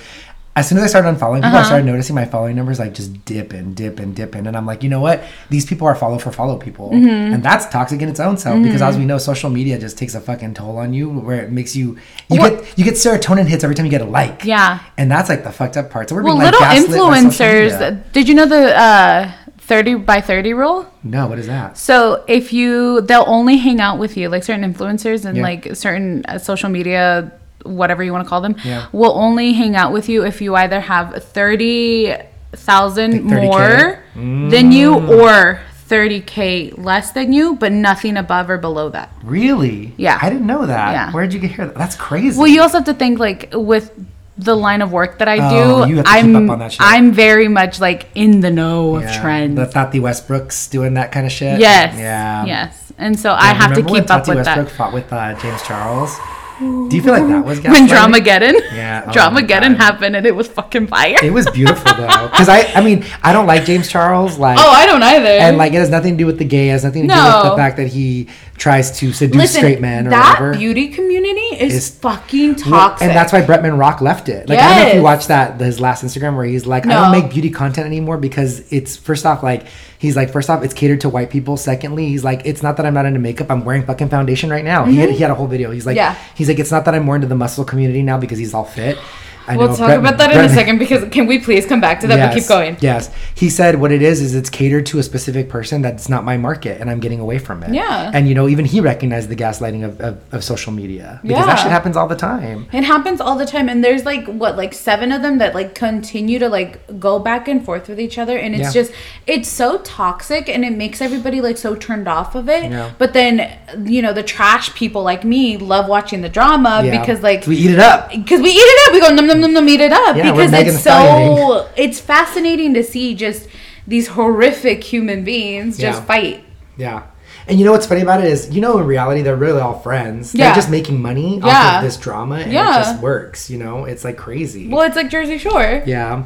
[SPEAKER 1] As soon as I started unfollowing
[SPEAKER 2] Uh-huh.
[SPEAKER 1] people, I started noticing my following numbers like just dipping, dipping, dipping. And I'm like, you know what? These people are follow for follow people.
[SPEAKER 2] Mm-hmm.
[SPEAKER 1] And that's toxic in its own self because as we know, social media just takes a fucking toll on you where it makes you you
[SPEAKER 2] Well-
[SPEAKER 1] get you get serotonin hits every time you get a like.
[SPEAKER 2] Yeah.
[SPEAKER 1] And that's like the fucked up part. So we're
[SPEAKER 2] Well,
[SPEAKER 1] being like
[SPEAKER 2] little
[SPEAKER 1] gaslit by social media.
[SPEAKER 2] influencers. Did you know the uh, 30 by 30 rule?
[SPEAKER 1] No, what is that?
[SPEAKER 2] So if you, they'll only hang out with you, like certain influencers and
[SPEAKER 1] Yeah.
[SPEAKER 2] like certain uh, social media, whatever you want to call them,
[SPEAKER 1] Yeah.
[SPEAKER 2] will only hang out with you if you either have thirty thousand
[SPEAKER 1] Like Mm. 30K?
[SPEAKER 2] more than you or thirty k less than you, but nothing above or below that.
[SPEAKER 1] Really?
[SPEAKER 2] Yeah.
[SPEAKER 1] I didn't know that.
[SPEAKER 2] Yeah.
[SPEAKER 1] Where'd you get here? That's crazy.
[SPEAKER 2] Well, you also have to think like with the line of work that I
[SPEAKER 1] Oh,
[SPEAKER 2] do,
[SPEAKER 1] you have to keep
[SPEAKER 2] I'm
[SPEAKER 1] up on that shit.
[SPEAKER 2] I'm very much like in the know of
[SPEAKER 1] Yeah,
[SPEAKER 2] trends.
[SPEAKER 1] The Thati Westbrook's doing that kind of shit.
[SPEAKER 2] yes.
[SPEAKER 1] Yeah.
[SPEAKER 2] Yes. And so I have to
[SPEAKER 1] Remember when
[SPEAKER 2] keep up
[SPEAKER 1] Tati
[SPEAKER 2] with that.
[SPEAKER 1] Westbrook fought with uh, James Charles. Do you feel like that was
[SPEAKER 2] [LAUGHS] when
[SPEAKER 1] gaslighting?
[SPEAKER 2] Dramageddon.
[SPEAKER 1] Yeah, oh my God.
[SPEAKER 2] Dramageddon happened and it was fucking fire.
[SPEAKER 1] It was beautiful though, because I, I mean, I don't like James Charles, like,
[SPEAKER 2] oh, I don't either.
[SPEAKER 1] and like it has nothing to do with the gay, it has nothing to do with
[SPEAKER 2] No.
[SPEAKER 1] the fact that he tries to seduce straight men or
[SPEAKER 2] that
[SPEAKER 1] whatever.
[SPEAKER 2] beauty community is,
[SPEAKER 1] Is-
[SPEAKER 2] fucking toxic.
[SPEAKER 1] Well, and that's why Bretman Rock left it. Like I don't know if you
[SPEAKER 2] Yes.
[SPEAKER 1] watched that his last Instagram where he's like, I don't
[SPEAKER 2] No.
[SPEAKER 1] make beauty content anymore because it's first off like he's like first off it's catered to white people. Secondly, he's like it's not that I'm not into makeup. I'm wearing fucking foundation right now. He had he had a whole video. He's like
[SPEAKER 2] Mm-hmm. Yeah.
[SPEAKER 1] he's like it's not that I'm more into the muscle community now because he's all fit. I
[SPEAKER 2] we'll
[SPEAKER 1] know,
[SPEAKER 2] talk
[SPEAKER 1] Bretman-
[SPEAKER 2] about that in a
[SPEAKER 1] Bretman-
[SPEAKER 2] second because can we please come back to that? But
[SPEAKER 1] Yes,
[SPEAKER 2] keep going.
[SPEAKER 1] Yes. He said what it is is it's catered to a specific person that's not my market and I'm getting away from it.
[SPEAKER 2] Yeah.
[SPEAKER 1] And you know, even he recognized the gaslighting of, of, of social media. Because that
[SPEAKER 2] Yeah.
[SPEAKER 1] shit happens all the time.
[SPEAKER 2] It happens all the time, and there's like what, like seven of them that like continue to like go back and forth with each other, and it's
[SPEAKER 1] Yeah.
[SPEAKER 2] just it's so toxic, and it makes everybody like so turned off of it.
[SPEAKER 1] Yeah.
[SPEAKER 2] But then you know the trash people like me love watching the drama
[SPEAKER 1] Yeah.
[SPEAKER 2] because like
[SPEAKER 1] we eat it up.
[SPEAKER 2] because we eat it up. We go num num them to meet it up
[SPEAKER 1] Yeah, we're
[SPEAKER 2] because
[SPEAKER 1] Megan
[SPEAKER 2] it's
[SPEAKER 1] Stallioning.
[SPEAKER 2] so it's fascinating to see just these horrific human beings just
[SPEAKER 1] Yeah.
[SPEAKER 2] fight.
[SPEAKER 1] Yeah. And you know what's funny about it is, you know, in reality, they're really all friends. They're
[SPEAKER 2] Yeah.
[SPEAKER 1] just making money off
[SPEAKER 2] Yeah.
[SPEAKER 1] of this drama, and
[SPEAKER 2] Yeah.
[SPEAKER 1] it just works. You know, it's like crazy.
[SPEAKER 2] Well, it's like Jersey Shore.
[SPEAKER 1] yeah.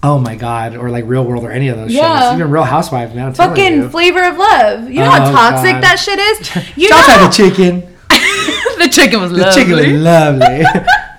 [SPEAKER 1] Oh my God! Or like Real World or any of those
[SPEAKER 2] Yeah.
[SPEAKER 1] shows. Even Real Housewives. Man, I'm telling
[SPEAKER 2] Fucking
[SPEAKER 1] you.
[SPEAKER 2] flavor of love. You know how
[SPEAKER 1] Oh,
[SPEAKER 2] toxic
[SPEAKER 1] God.
[SPEAKER 2] that
[SPEAKER 1] [LAUGHS]
[SPEAKER 2] shit is. You
[SPEAKER 1] Shout
[SPEAKER 2] know
[SPEAKER 1] out to chicken.
[SPEAKER 2] [LAUGHS] the chicken was
[SPEAKER 1] The
[SPEAKER 2] lovely.
[SPEAKER 1] chicken was
[SPEAKER 2] [LAUGHS]
[SPEAKER 1] lovely.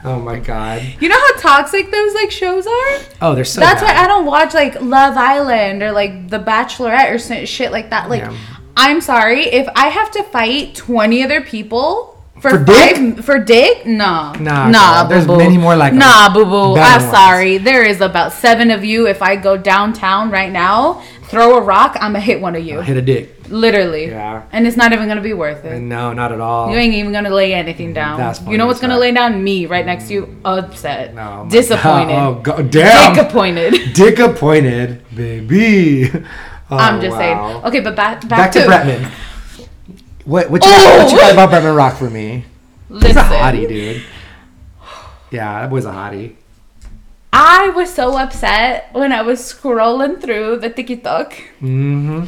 [SPEAKER 1] oh my God.
[SPEAKER 2] You know how toxic those like shows are.
[SPEAKER 1] Oh, they're so.
[SPEAKER 2] That's
[SPEAKER 1] bad.
[SPEAKER 2] why I don't watch like Love Island or like The Bachelorette or some shit like that. Like,
[SPEAKER 1] Yeah.
[SPEAKER 2] I'm sorry if I have to fight 20 other people for,
[SPEAKER 1] For dick?
[SPEAKER 2] five for dick. Nah,
[SPEAKER 1] Nah,
[SPEAKER 2] nah.
[SPEAKER 1] girl, there's
[SPEAKER 2] boo-boo.
[SPEAKER 1] many more like 'em.
[SPEAKER 2] Nah, boo boo.
[SPEAKER 1] Better
[SPEAKER 2] I'm
[SPEAKER 1] ones.
[SPEAKER 2] sorry. There is about seven of you. If I go downtown right now, throw a rock, I'ma hit one of you.
[SPEAKER 1] hit a dick.
[SPEAKER 2] Literally.
[SPEAKER 1] Yeah.
[SPEAKER 2] And it's not even gonna be worth it.
[SPEAKER 1] No, not at all.
[SPEAKER 2] You ain't even gonna lay anything down.
[SPEAKER 1] That's
[SPEAKER 2] you know
[SPEAKER 1] funny
[SPEAKER 2] what's
[SPEAKER 1] as
[SPEAKER 2] gonna
[SPEAKER 1] fuck.
[SPEAKER 2] lay down? Me right next to you, upset,
[SPEAKER 1] No, my
[SPEAKER 2] disappointed,
[SPEAKER 1] God. Oh, God. damn.
[SPEAKER 2] disappointed.
[SPEAKER 1] Disappointed, baby. Oh,
[SPEAKER 2] I'm
[SPEAKER 1] wow.
[SPEAKER 2] just saying. Okay, but back back,
[SPEAKER 1] Back to
[SPEAKER 2] to
[SPEAKER 1] Bretman. What what you,
[SPEAKER 2] Oh!
[SPEAKER 1] what you got about Bretman Rock for me? He's a
[SPEAKER 2] Listen,
[SPEAKER 1] hottie, dude. Yeah, that boy's a hottie.
[SPEAKER 2] I was so upset when I was scrolling through the TikTok
[SPEAKER 1] Mm-hmm.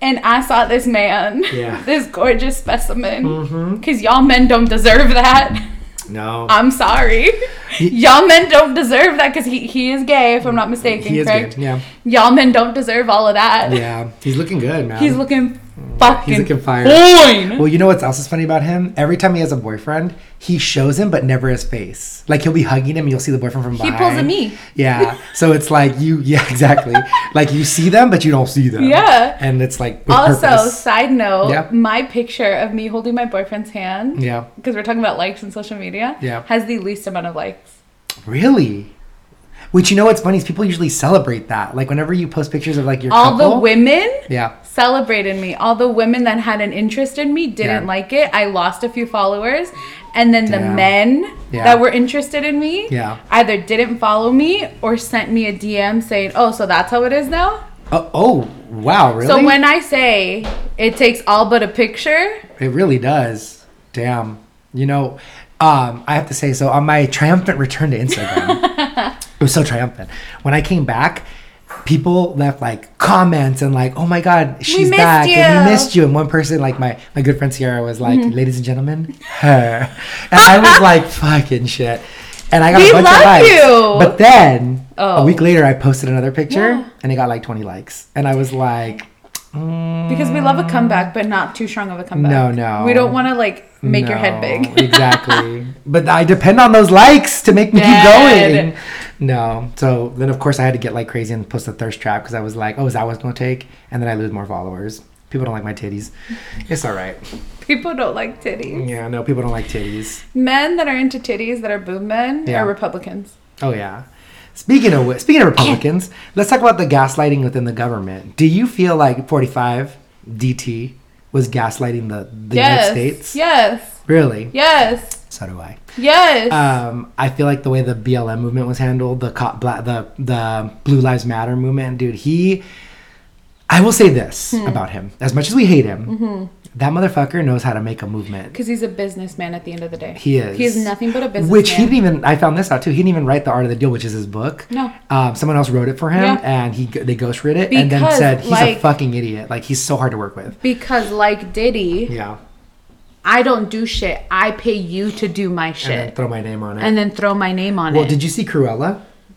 [SPEAKER 2] and I saw this man,
[SPEAKER 1] Yeah.
[SPEAKER 2] [LAUGHS]
[SPEAKER 1] Mm-hmm.
[SPEAKER 2] this gorgeous specimen. Cause y'all men don't deserve that. [LAUGHS]
[SPEAKER 1] No,
[SPEAKER 2] I'm sorry, y'all men don't deserve that. Cause he he is gay, if I'm not mistaken.
[SPEAKER 1] Mm-hmm. he is
[SPEAKER 2] correct?
[SPEAKER 1] good. Yeah,
[SPEAKER 2] Y'all men don't deserve all of that.
[SPEAKER 1] yeah, he's looking good, man.
[SPEAKER 2] He's looking fucking.
[SPEAKER 1] He's looking fire. [LAUGHS]
[SPEAKER 2] fine.
[SPEAKER 1] Well, you know what's else is funny about him? Every time he has a boyfriend, he shows him, but never his face. Like he'll be hugging him, and you'll see the boyfriend from
[SPEAKER 2] He
[SPEAKER 1] behind.
[SPEAKER 2] pulls a me.
[SPEAKER 1] Yeah. So it's like you, yeah, [LAUGHS] exactly. like you see them, but you don't see them.
[SPEAKER 2] Yeah.
[SPEAKER 1] And it's like with
[SPEAKER 2] Also,
[SPEAKER 1] purpose.
[SPEAKER 2] side note,
[SPEAKER 1] Yeah.
[SPEAKER 2] my picture of me holding my boyfriend's hand.
[SPEAKER 1] Yeah.
[SPEAKER 2] because we're talking about likes on social media,
[SPEAKER 1] Yeah.
[SPEAKER 2] has the least amount of likes.
[SPEAKER 1] Really? Which you know what's funny is people usually celebrate that. Like whenever you post pictures of like your
[SPEAKER 2] All the
[SPEAKER 1] couple-
[SPEAKER 2] women
[SPEAKER 1] Yeah.
[SPEAKER 2] celebrated me. All the women that had an interest in me didn't
[SPEAKER 1] Yeah.
[SPEAKER 2] like it. I lost a few followers. And then the
[SPEAKER 1] Damn.
[SPEAKER 2] men
[SPEAKER 1] Yeah.
[SPEAKER 2] that were interested in me
[SPEAKER 1] Yeah.
[SPEAKER 2] either didn't follow me or sent me a DM saying, oh, so that's how it is now?
[SPEAKER 1] Oh, oh wow, really?
[SPEAKER 2] So when I say it takes all but a picture,
[SPEAKER 1] it really does. Damn. You know, um, I have to say so on my triumphant return to Instagram.
[SPEAKER 2] [LAUGHS]
[SPEAKER 1] it was so triumphant. When I came back, people left like comments and like, "Oh my god, she's
[SPEAKER 2] missed
[SPEAKER 1] back." And we
[SPEAKER 2] you." Mm-hmm.
[SPEAKER 1] missed you. And one person like my my good friend Sierra was like, "Ladies and
[SPEAKER 2] [LAUGHS]
[SPEAKER 1] gentlemen, her." And I was like, "Fucking shit." And I got
[SPEAKER 2] We
[SPEAKER 1] a bunch
[SPEAKER 2] love
[SPEAKER 1] of likes.
[SPEAKER 2] you.
[SPEAKER 1] But then a
[SPEAKER 2] Oh.
[SPEAKER 1] week later I posted another picture
[SPEAKER 2] Yeah.
[SPEAKER 1] and it got like 20 likes. And I was like,
[SPEAKER 2] because we love a comeback, but not too strong of a comeback.
[SPEAKER 1] No, no.
[SPEAKER 2] We don't want to like make your head
[SPEAKER 1] No,
[SPEAKER 2] big. [LAUGHS]
[SPEAKER 1] exactly. But I depend on those likes to make me
[SPEAKER 2] Dead.
[SPEAKER 1] keep going. No. So then, of course, I had to get like crazy and post a thirst trap because I was like, oh, is that what's going to take? And then I lose more followers. People don't like my titties. It's all right.
[SPEAKER 2] People don't like titties.
[SPEAKER 1] Yeah, no, people don't like titties.
[SPEAKER 2] Men that are into titties that are boob men
[SPEAKER 1] Yeah.
[SPEAKER 2] are Republicans.
[SPEAKER 1] Oh, yeah. Speaking of whi- speaking of Republicans, let's talk about the gaslighting within the government. Do you feel like 45 DT was gaslighting the, the
[SPEAKER 2] yes.
[SPEAKER 1] United States?
[SPEAKER 2] Yes.
[SPEAKER 1] Really?
[SPEAKER 2] Yes.
[SPEAKER 1] So do I.
[SPEAKER 2] Yes.
[SPEAKER 1] um, I feel like the way the BLM movement was handled, the co- bla- the the Blue Lives Matter movement, dude. He, I will say this
[SPEAKER 2] Hmm.
[SPEAKER 1] about him: as much as we hate him,
[SPEAKER 2] Mm-hmm.
[SPEAKER 1] that motherfucker knows how to make a movement.
[SPEAKER 2] Because he's a businessman at the end of the day.
[SPEAKER 1] He is.
[SPEAKER 2] He is nothing but a businessman.
[SPEAKER 1] Which he didn't even. I found this out too. He didn't even write the Art of the Deal, which is his book.
[SPEAKER 2] No.
[SPEAKER 1] Um, someone else wrote it for him,
[SPEAKER 2] Yeah.
[SPEAKER 1] and he they ghostwrote it, and then
[SPEAKER 2] Because,
[SPEAKER 1] said he's a
[SPEAKER 2] like-
[SPEAKER 1] fucking idiot. Like he's so hard to work with.
[SPEAKER 2] Because like Diddy,
[SPEAKER 1] Yeah.
[SPEAKER 2] I don't do shit. I pay you to do my
[SPEAKER 1] And then
[SPEAKER 2] shit.
[SPEAKER 1] throw my name on it.
[SPEAKER 2] And then throw my name on
[SPEAKER 1] well,
[SPEAKER 2] it.
[SPEAKER 1] did you see Cruella?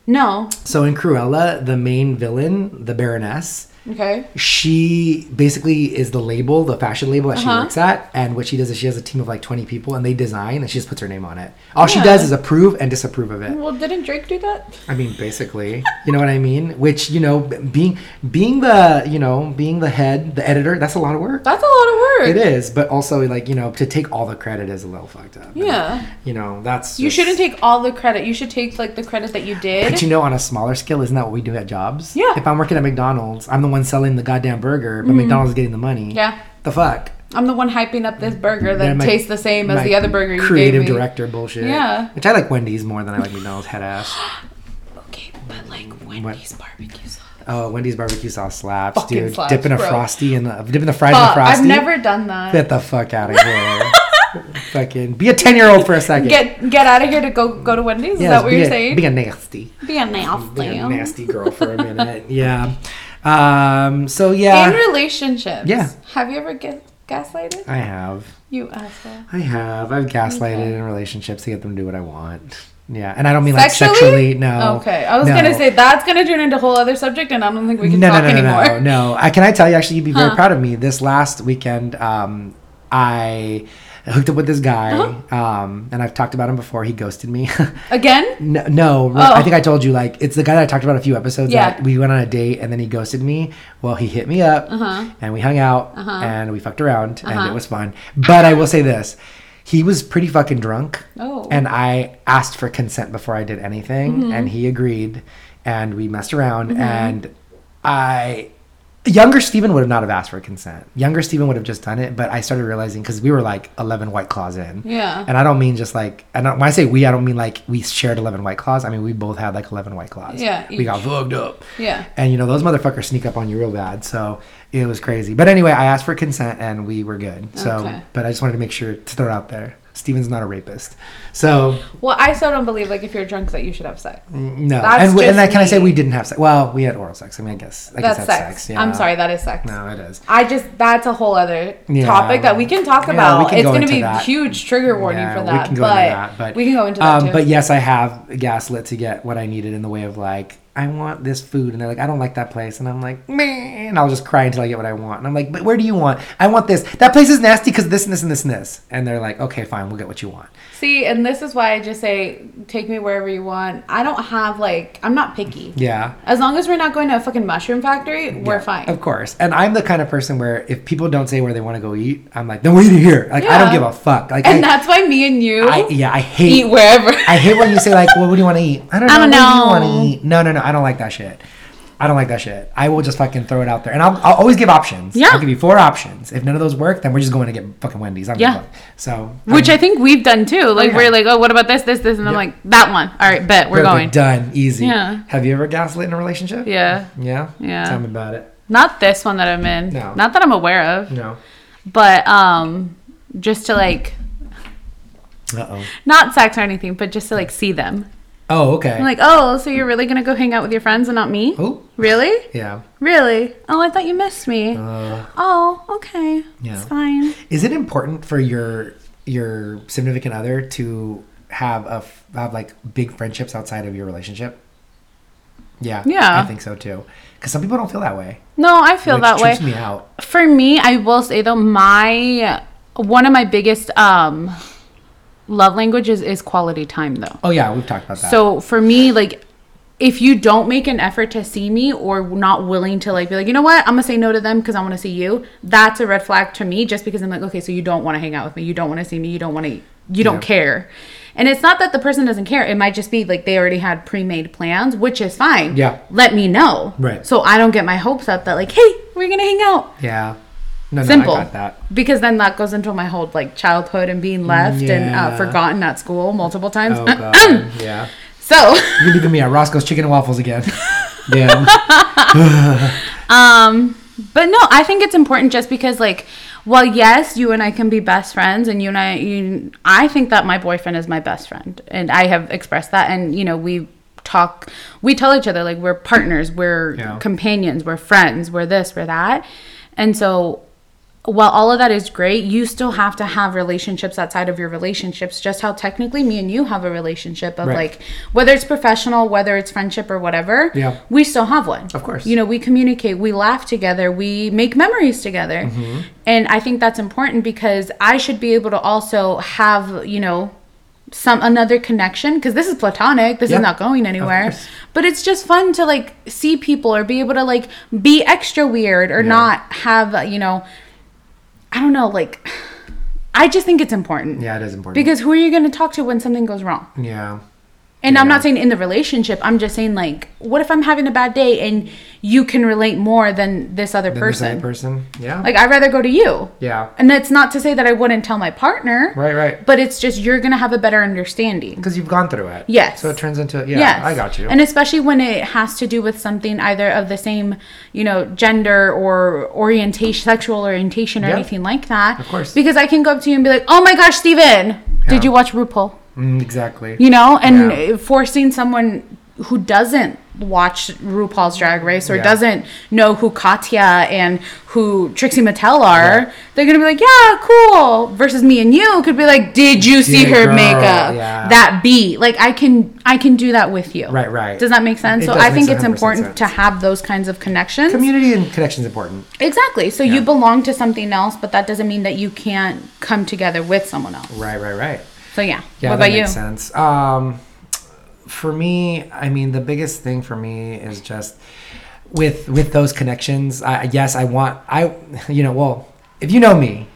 [SPEAKER 2] no.
[SPEAKER 1] So in Cruella, the main villain, the Baroness,
[SPEAKER 2] Okay.
[SPEAKER 1] she basically is the label, the fashion label that she
[SPEAKER 2] Uh-huh.
[SPEAKER 1] works at. And what she does is she has a team of like 20 people and they design and she just puts her name on it. All she
[SPEAKER 2] Yeah.
[SPEAKER 1] does is approve and disapprove of it.
[SPEAKER 2] Well, didn't Drake do that?
[SPEAKER 1] I mean, basically, you know what I mean? Which, you know, b- being being the, you know, being the head, the editor, that's a lot of work.
[SPEAKER 2] That's a lot of work.
[SPEAKER 1] It is, but also like, you know, to take all the credit is a little fucked up. And,
[SPEAKER 2] Yeah.
[SPEAKER 1] you know, that's
[SPEAKER 2] You
[SPEAKER 1] just-
[SPEAKER 2] shouldn't take all the credit. You should take like the credit that you did.
[SPEAKER 1] But you know, on a smaller scale, isn't that what we do at jobs?
[SPEAKER 2] Yeah. Mm.
[SPEAKER 1] If I'm working at McDonald's, I'm the one selling the goddamn burger, but McDonald's is getting the money.
[SPEAKER 2] Yeah.
[SPEAKER 1] The fuck?
[SPEAKER 2] I'm the one hyping up this burger that
[SPEAKER 1] Then my-
[SPEAKER 2] tastes the same as
[SPEAKER 1] my
[SPEAKER 2] the other burger you
[SPEAKER 1] creative
[SPEAKER 2] gave me.
[SPEAKER 1] director bullshit.
[SPEAKER 2] Yeah.
[SPEAKER 1] Which I like Wendy's more than I like McDonald's head ass.
[SPEAKER 2] Okay, but like Wendy's barbecue sauce.
[SPEAKER 1] Oh, Wendy's barbecue sauce slaps,
[SPEAKER 2] Fucking
[SPEAKER 1] dude.
[SPEAKER 2] slaps,
[SPEAKER 1] dipping a
[SPEAKER 2] bro.
[SPEAKER 1] frosty and dipping the fries in a
[SPEAKER 2] Fuck,
[SPEAKER 1] frosty.
[SPEAKER 2] I've never done that.
[SPEAKER 1] Get the fuck out of here.
[SPEAKER 2] [LAUGHS]
[SPEAKER 1] fucking be a ten year old for a second.
[SPEAKER 2] Get get out of here to go go to Wendy's. Is
[SPEAKER 1] Yes,
[SPEAKER 2] that what
[SPEAKER 1] be
[SPEAKER 2] you're
[SPEAKER 1] a-
[SPEAKER 2] saying?
[SPEAKER 1] Be a nasty,
[SPEAKER 2] Be a nasty.
[SPEAKER 1] be a nasty girl for a
[SPEAKER 2] [LAUGHS]
[SPEAKER 1] minute. yeah. Um. So yeah,
[SPEAKER 2] In relationships.
[SPEAKER 1] Yeah. Uh,
[SPEAKER 2] Have you ever get gaslighted?
[SPEAKER 1] I have.
[SPEAKER 2] You asshole.
[SPEAKER 1] I have. I've gaslighted in relationships to get them to do what I want. Yeah, and I don't mean
[SPEAKER 2] Sexually?
[SPEAKER 1] like sexually. No.
[SPEAKER 2] Okay. I was
[SPEAKER 1] No.
[SPEAKER 2] gonna say that's gonna turn into a whole other subject, and I don't think we can
[SPEAKER 1] no,
[SPEAKER 2] talk
[SPEAKER 1] no, no, no,
[SPEAKER 2] anymore.
[SPEAKER 1] no. I can I tell you actually, you'd be very proud of me. This last weekend, um, I hooked up with this guy,
[SPEAKER 2] Uh-huh.
[SPEAKER 1] um, and I've talked about him before. He ghosted me. [LAUGHS]
[SPEAKER 2] Again?
[SPEAKER 1] No, no
[SPEAKER 2] Oh.
[SPEAKER 1] I think I told you like it's the guy that I talked about a few episodes.
[SPEAKER 2] Yeah.
[SPEAKER 1] that we went on a date and then he ghosted me. Well, he hit me up
[SPEAKER 2] Uh-huh.
[SPEAKER 1] and we hung out and we fucked around and it was fun. But I will say this, he was pretty fucking drunk.
[SPEAKER 2] Oh. Mm-hmm.
[SPEAKER 1] And I asked for consent before I did anything and he agreed and we messed around and I younger Steven would have not have asked for consent. Younger Steven would have just done it, but I started realizing cuz we were like 11 white claws in.
[SPEAKER 2] Yeah.
[SPEAKER 1] And I don't mean just like, and I- when I say we, I don't mean like we shared 11 White Claws. I mean, we both had like 11 White Claws.
[SPEAKER 2] Yeah,
[SPEAKER 1] We got fucked up.
[SPEAKER 2] Yeah.
[SPEAKER 1] And you know, those motherfuckers sneak up on you real bad. So it was crazy. But anyway, I asked for consent and we were good. So,
[SPEAKER 2] Okay.
[SPEAKER 1] but I just wanted to make sure to throw it out there. Steven's not a rapist. So,
[SPEAKER 2] Well, I still don't believe like if you're drunk that you should have sex.
[SPEAKER 1] no.
[SPEAKER 2] That's
[SPEAKER 1] and we, and
[SPEAKER 2] just
[SPEAKER 1] I, can I say
[SPEAKER 2] me.
[SPEAKER 1] we didn't have sex? Well, we had oral sex. I mean, I guess. I
[SPEAKER 2] That's
[SPEAKER 1] guess
[SPEAKER 2] sex. I'm sorry, that is sex.
[SPEAKER 1] No, it is.
[SPEAKER 2] I just that's a whole other
[SPEAKER 1] Yeah.
[SPEAKER 2] topic that we can talk
[SPEAKER 1] Yeah,
[SPEAKER 2] about.
[SPEAKER 1] we can
[SPEAKER 2] it's
[SPEAKER 1] go
[SPEAKER 2] going to
[SPEAKER 1] into
[SPEAKER 2] be
[SPEAKER 1] that.
[SPEAKER 2] huge trigger warning
[SPEAKER 1] Yeah,
[SPEAKER 2] for that.
[SPEAKER 1] We can go
[SPEAKER 2] but,
[SPEAKER 1] into that, but um,
[SPEAKER 2] we can go into that too.
[SPEAKER 1] But yes, I have gaslit to get what I needed in the way of like, I want this food, and they're like, I don't like that place, and I'm like, man, and I'll just cry until I get what I want, and I'm like, but where do you want? I want this. That place is nasty because this and this and this and this, and they're like, okay, fine, we'll get what you want.
[SPEAKER 2] See, and this is why I just say take me wherever you want. I don't have like I'm not picky.
[SPEAKER 1] Yeah.
[SPEAKER 2] As long as we're not going to a fucking mushroom factory, we're
[SPEAKER 1] Yeah,
[SPEAKER 2] fine.
[SPEAKER 1] Of course. And I'm the kind of person where if people don't say where they want to go eat, I'm like, then we're eating here. Like I don't
[SPEAKER 2] Yeah.
[SPEAKER 1] give a fuck. Like
[SPEAKER 2] and
[SPEAKER 1] I,
[SPEAKER 2] that's why me and you
[SPEAKER 1] I yeah, I hate
[SPEAKER 2] eat wherever.
[SPEAKER 1] I hate when you say like, "Well, what do you want to eat?" I don't know.
[SPEAKER 2] I don't
[SPEAKER 1] What do you
[SPEAKER 2] know.
[SPEAKER 1] want to eat? No, no, no. I don't like that shit. I don't like that shit. I will just fucking throw it out there, and I'll, I'll always give options.
[SPEAKER 2] Yeah.
[SPEAKER 1] I'll give you four options. If none of those work, then we're just going to get fucking Wendy's. I'm
[SPEAKER 2] Yeah.
[SPEAKER 1] So
[SPEAKER 2] [LAUGHS] Which I think we've done too. Like
[SPEAKER 1] yeah.
[SPEAKER 2] we're like, oh, what about this, this, this, and I'm
[SPEAKER 1] Yeah.
[SPEAKER 2] like that one. All right, bet we're
[SPEAKER 1] perfect,
[SPEAKER 2] going.
[SPEAKER 1] done easy.
[SPEAKER 2] Yeah.
[SPEAKER 1] Have you ever gaslit in a relationship?
[SPEAKER 2] Yeah,
[SPEAKER 1] Yeah.
[SPEAKER 2] Yeah.
[SPEAKER 1] Tell me about it.
[SPEAKER 2] not this one that I'm in.
[SPEAKER 1] No.
[SPEAKER 2] Not that I'm aware of,
[SPEAKER 1] No.
[SPEAKER 2] but um, just to like
[SPEAKER 1] Uh oh.
[SPEAKER 2] not sex or anything, but just to like see them.
[SPEAKER 1] Oh okay.
[SPEAKER 2] I'm like, oh, so you're really gonna go hang out with your friends and not me?
[SPEAKER 1] oh
[SPEAKER 2] Really?
[SPEAKER 1] yeah.
[SPEAKER 2] Really? Oh, I thought you missed me.
[SPEAKER 1] Uh,
[SPEAKER 2] oh, okay.
[SPEAKER 1] Yeah.
[SPEAKER 2] It's fine.
[SPEAKER 1] is it important for your your significant other to have a f- have like big friendships outside of your relationship? Yeah,
[SPEAKER 2] Yeah.
[SPEAKER 1] I think so too. Because some people don't feel that way.
[SPEAKER 2] No, I feel
[SPEAKER 1] Which
[SPEAKER 2] that way.
[SPEAKER 1] trips me out.
[SPEAKER 2] For me, I will say though, my one of my biggest um love languages is quality time though.
[SPEAKER 1] Oh yeah, we've talked about that.
[SPEAKER 2] So for me, like if you don't make an effort to see me or not willing to like be like, you know what, I'm gonna say no to them because I want to see you. That's a red flag to me, just because I'm like, okay, so you don't want to hang out with me, you don't want to see me, you don't want to, you don't
[SPEAKER 1] Yeah.
[SPEAKER 2] care. And it's not that the person doesn't care. It might just be like they already had pre-made plans, which is fine.
[SPEAKER 1] Yeah.
[SPEAKER 2] Let me know.
[SPEAKER 1] Right.
[SPEAKER 2] So I don't get my hopes up that like, hey, we're gonna hang out.
[SPEAKER 1] yeah, no,
[SPEAKER 2] Simple.
[SPEAKER 1] no, I got that.
[SPEAKER 2] Because then that goes into my whole like childhood and being left and
[SPEAKER 1] Yeah.
[SPEAKER 2] uh, forgotten at school multiple times.
[SPEAKER 1] Oh
[SPEAKER 2] uh-uh.
[SPEAKER 1] god, yeah.
[SPEAKER 2] so [LAUGHS]
[SPEAKER 1] You're leaving me at Roscoe's Chicken and Waffles again. yeah,
[SPEAKER 2] Um, but no, I think it's important just because like well, yes, you and I can be best friends and you and I you I think that my boyfriend is my best friend and I have expressed that and you know, we talk we tell each other like we're partners, we're
[SPEAKER 1] Yeah.
[SPEAKER 2] companions, we're friends, we're this, we're that. And so while all of that is great, you still have to have relationships outside of your relationships, just how technically me and you have a relationship of
[SPEAKER 1] Right.
[SPEAKER 2] like whether it's professional, whether it's friendship or whatever,
[SPEAKER 1] Yeah.
[SPEAKER 2] we still have one.
[SPEAKER 1] Of course.
[SPEAKER 2] You know, we communicate, we laugh together, we make memories together.
[SPEAKER 1] Mm-hmm.
[SPEAKER 2] And I think that's important because I should be able to also have, you know, some another connection because this is platonic. This
[SPEAKER 1] Yeah.
[SPEAKER 2] is not going anywhere.
[SPEAKER 1] course.
[SPEAKER 2] But it's just fun to like see people or be able to like be extra weird or not have, uh, you know, I don't know, like [SIGHS] I just think it's important.
[SPEAKER 1] yeah, it is important.
[SPEAKER 2] Because who are you going to talk to when something goes wrong?
[SPEAKER 1] yeah,
[SPEAKER 2] And I'm not saying in the relationship. I'm just saying like, what if I'm having a bad day and you can relate more than this other
[SPEAKER 1] Than the
[SPEAKER 2] person?
[SPEAKER 1] same person. Yeah.
[SPEAKER 2] Like I'd rather go to you.
[SPEAKER 1] yeah.
[SPEAKER 2] And that's not to say that I wouldn't tell my partner.
[SPEAKER 1] Right, right.
[SPEAKER 2] But it's just you're gonna have a better understanding.
[SPEAKER 1] Because you've gone through it.
[SPEAKER 2] Yes.
[SPEAKER 1] So it turns into yeah.
[SPEAKER 2] Yes.
[SPEAKER 1] I got you.
[SPEAKER 2] And especially when it has to do with something either of the same, you know, gender or orientation, sexual orientation or
[SPEAKER 1] Yeah.
[SPEAKER 2] anything like that.
[SPEAKER 1] Of course.
[SPEAKER 2] Because I can go up to you and be like, oh my gosh, Steven,
[SPEAKER 1] Yeah.
[SPEAKER 2] did you watch RuPaul?
[SPEAKER 1] Mm, exactly.
[SPEAKER 2] You know, and
[SPEAKER 1] Yeah.
[SPEAKER 2] forcing someone who doesn't watch RuPaul's Drag Race or
[SPEAKER 1] Yeah.
[SPEAKER 2] doesn't know who Katya and who Trixie Mattel are,
[SPEAKER 1] Yeah.
[SPEAKER 2] they're going to be like, yeah, cool. Versus me and you could be like, did you see
[SPEAKER 1] Did it,
[SPEAKER 2] her
[SPEAKER 1] girl.
[SPEAKER 2] makeup?
[SPEAKER 1] Yeah.
[SPEAKER 2] That beat. Like I can, I can do that with you.
[SPEAKER 1] Right, right.
[SPEAKER 2] Does that make sense?
[SPEAKER 1] It
[SPEAKER 2] so
[SPEAKER 1] does
[SPEAKER 2] I
[SPEAKER 1] make
[SPEAKER 2] think
[SPEAKER 1] a
[SPEAKER 2] it's
[SPEAKER 1] hundred percent
[SPEAKER 2] important to
[SPEAKER 1] sense.
[SPEAKER 2] have those kinds of connections.
[SPEAKER 1] Community and connection is important.
[SPEAKER 2] exactly. So you belong to something else, but that doesn't mean that you can't come together with someone else.
[SPEAKER 1] Right, right, right.
[SPEAKER 2] So yeah.
[SPEAKER 1] Yeah,
[SPEAKER 2] what
[SPEAKER 1] that
[SPEAKER 2] about you?
[SPEAKER 1] makes sense. Um, for me, I mean, the biggest thing for me is just with with those connections. I yes, I want I [LAUGHS] you know well if you know me,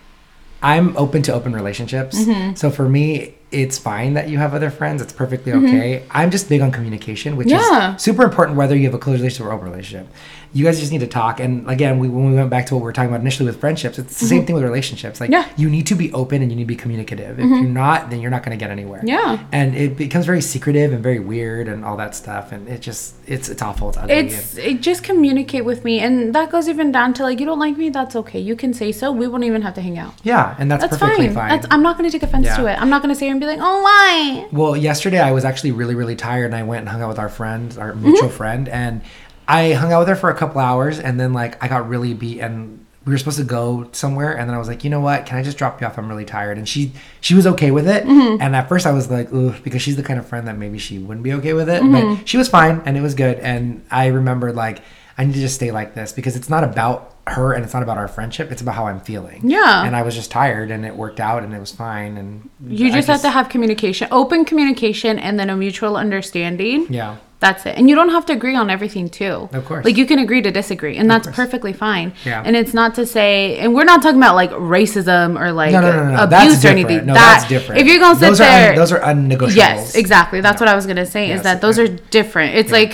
[SPEAKER 1] I'm open to open relationships.
[SPEAKER 2] Mm-hmm.
[SPEAKER 1] So for me. It's fine that you have other friends. It's perfectly okay. I'm just big on communication, which
[SPEAKER 2] Mm-hmm. Yeah.
[SPEAKER 1] is super important whether you have a close relationship or open relationship. You guys just need to talk. And again, we, when we went back to what we were talking about initially with friendships, it's the same thing with relationships. Like
[SPEAKER 2] Mm-hmm. Yeah. Mm-hmm.
[SPEAKER 1] you need to be open and you need to be communicative. If you're not, then you're not going to get anywhere
[SPEAKER 2] Yeah.
[SPEAKER 1] and it becomes very secretive and very weird and all that stuff and it just it's it's awful it's ugly
[SPEAKER 2] It's it just communicate with me, and that goes even down to like you don't like me, that's okay. You can say so. We won't even have to hang out.
[SPEAKER 1] yeah and that's,
[SPEAKER 2] That's
[SPEAKER 1] perfectly
[SPEAKER 2] fine.
[SPEAKER 1] fine,
[SPEAKER 2] That's I'm not gonna take offense
[SPEAKER 1] Yeah.
[SPEAKER 2] to it. I'm not gonna sit here and be like, oh why?
[SPEAKER 1] well yesterday i was actually really really tired and i went and hung out with our friend our
[SPEAKER 2] Mm-hmm.
[SPEAKER 1] mutual friend and i hung out with her for a couple hours and then like i got really beat and we were supposed to go somewhere and then i was like you know what can i just drop you off i'm really tired and she she was okay with it
[SPEAKER 2] Mm-hmm.
[SPEAKER 1] and at first i was like ooh because she's the kind of friend that maybe she wouldn't be okay with it
[SPEAKER 2] Mm-hmm.
[SPEAKER 1] but she was fine and it was good and i remembered like i need to just stay like this because it's not about her and it's not about our friendship it's about how i'm feeling
[SPEAKER 2] Yeah.
[SPEAKER 1] and i was just tired and it worked out and it was fine and
[SPEAKER 2] You
[SPEAKER 1] I
[SPEAKER 2] just, have to have communication, open communication, and then a mutual understanding.
[SPEAKER 1] yeah
[SPEAKER 2] That's it. And you don't have to agree on everything too.
[SPEAKER 1] Of course.
[SPEAKER 2] Like you can agree to disagree, and that's perfectly fine.
[SPEAKER 1] Yeah.
[SPEAKER 2] And it's not to say, and we're not talking about like racism or like
[SPEAKER 1] no, no, no, no.
[SPEAKER 2] abuse
[SPEAKER 1] that's
[SPEAKER 2] or
[SPEAKER 1] different.
[SPEAKER 2] anything.
[SPEAKER 1] No,
[SPEAKER 2] That-
[SPEAKER 1] that's different.
[SPEAKER 2] If you're gonna sit
[SPEAKER 1] those
[SPEAKER 2] there,
[SPEAKER 1] are un, those are unnegotiables.
[SPEAKER 2] Yes, exactly. That's what I was gonna say.
[SPEAKER 1] Yes,
[SPEAKER 2] Is that those
[SPEAKER 1] yeah.
[SPEAKER 2] are different? It's like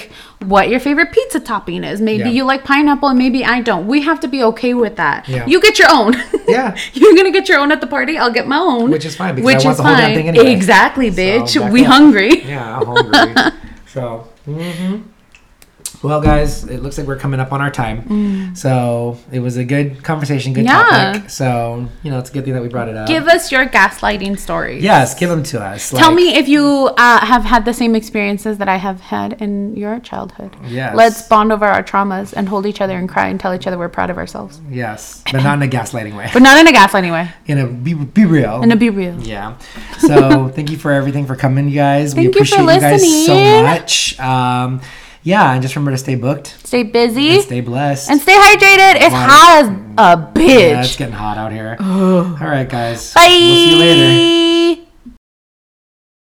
[SPEAKER 2] what your favorite pizza topping is. Maybe
[SPEAKER 1] Yeah.
[SPEAKER 2] you like pineapple, and maybe I don't. We have to be okay with that.
[SPEAKER 1] Yeah.
[SPEAKER 2] You get your own.
[SPEAKER 1] Yeah.
[SPEAKER 2] [LAUGHS] You're gonna get your own at the party. I'll get my own.
[SPEAKER 1] Which is fine, because I want the whole damn thing anyway.
[SPEAKER 2] Exactly,
[SPEAKER 1] So,
[SPEAKER 2] bitch.
[SPEAKER 1] back
[SPEAKER 2] we
[SPEAKER 1] up.
[SPEAKER 2] hungry.
[SPEAKER 1] Yeah, I'm hungry.
[SPEAKER 2] [LAUGHS]
[SPEAKER 1] so, mhm. well, guys, it looks like we're coming up on our time. So it was a good conversation, good
[SPEAKER 2] Mm. Yeah.
[SPEAKER 1] topic. So you know, it's a good thing that we brought it up.
[SPEAKER 2] Give us your gaslighting stories.
[SPEAKER 1] yes, give them to us.
[SPEAKER 2] Tell
[SPEAKER 1] like-
[SPEAKER 2] me if you uh, have had the same experiences that I have had in your childhood.
[SPEAKER 1] Yes.
[SPEAKER 2] Let's bond over our traumas and hold each other and cry and tell each other we're proud of ourselves.
[SPEAKER 1] Yes, but not in a gaslighting
[SPEAKER 2] [LAUGHS]
[SPEAKER 1] way.
[SPEAKER 2] But not in a gaslighting way.
[SPEAKER 1] In a be, be real.
[SPEAKER 2] And to be real.
[SPEAKER 1] Yeah. So [LAUGHS] thank you for everything for coming, you guys. we
[SPEAKER 2] Thank you
[SPEAKER 1] appreciate
[SPEAKER 2] for
[SPEAKER 1] you, guys so
[SPEAKER 2] listening.
[SPEAKER 1] much. Um, yeah, and just remember to stay booked,
[SPEAKER 2] Stay busy.
[SPEAKER 1] stay blessed.
[SPEAKER 2] And stay hydrated. It's
[SPEAKER 1] Right.
[SPEAKER 2] hot as a
[SPEAKER 1] Yeah, it's
[SPEAKER 2] bitch.
[SPEAKER 1] getting hot out here. All right, guys.
[SPEAKER 2] Bye.
[SPEAKER 1] We'll see you later.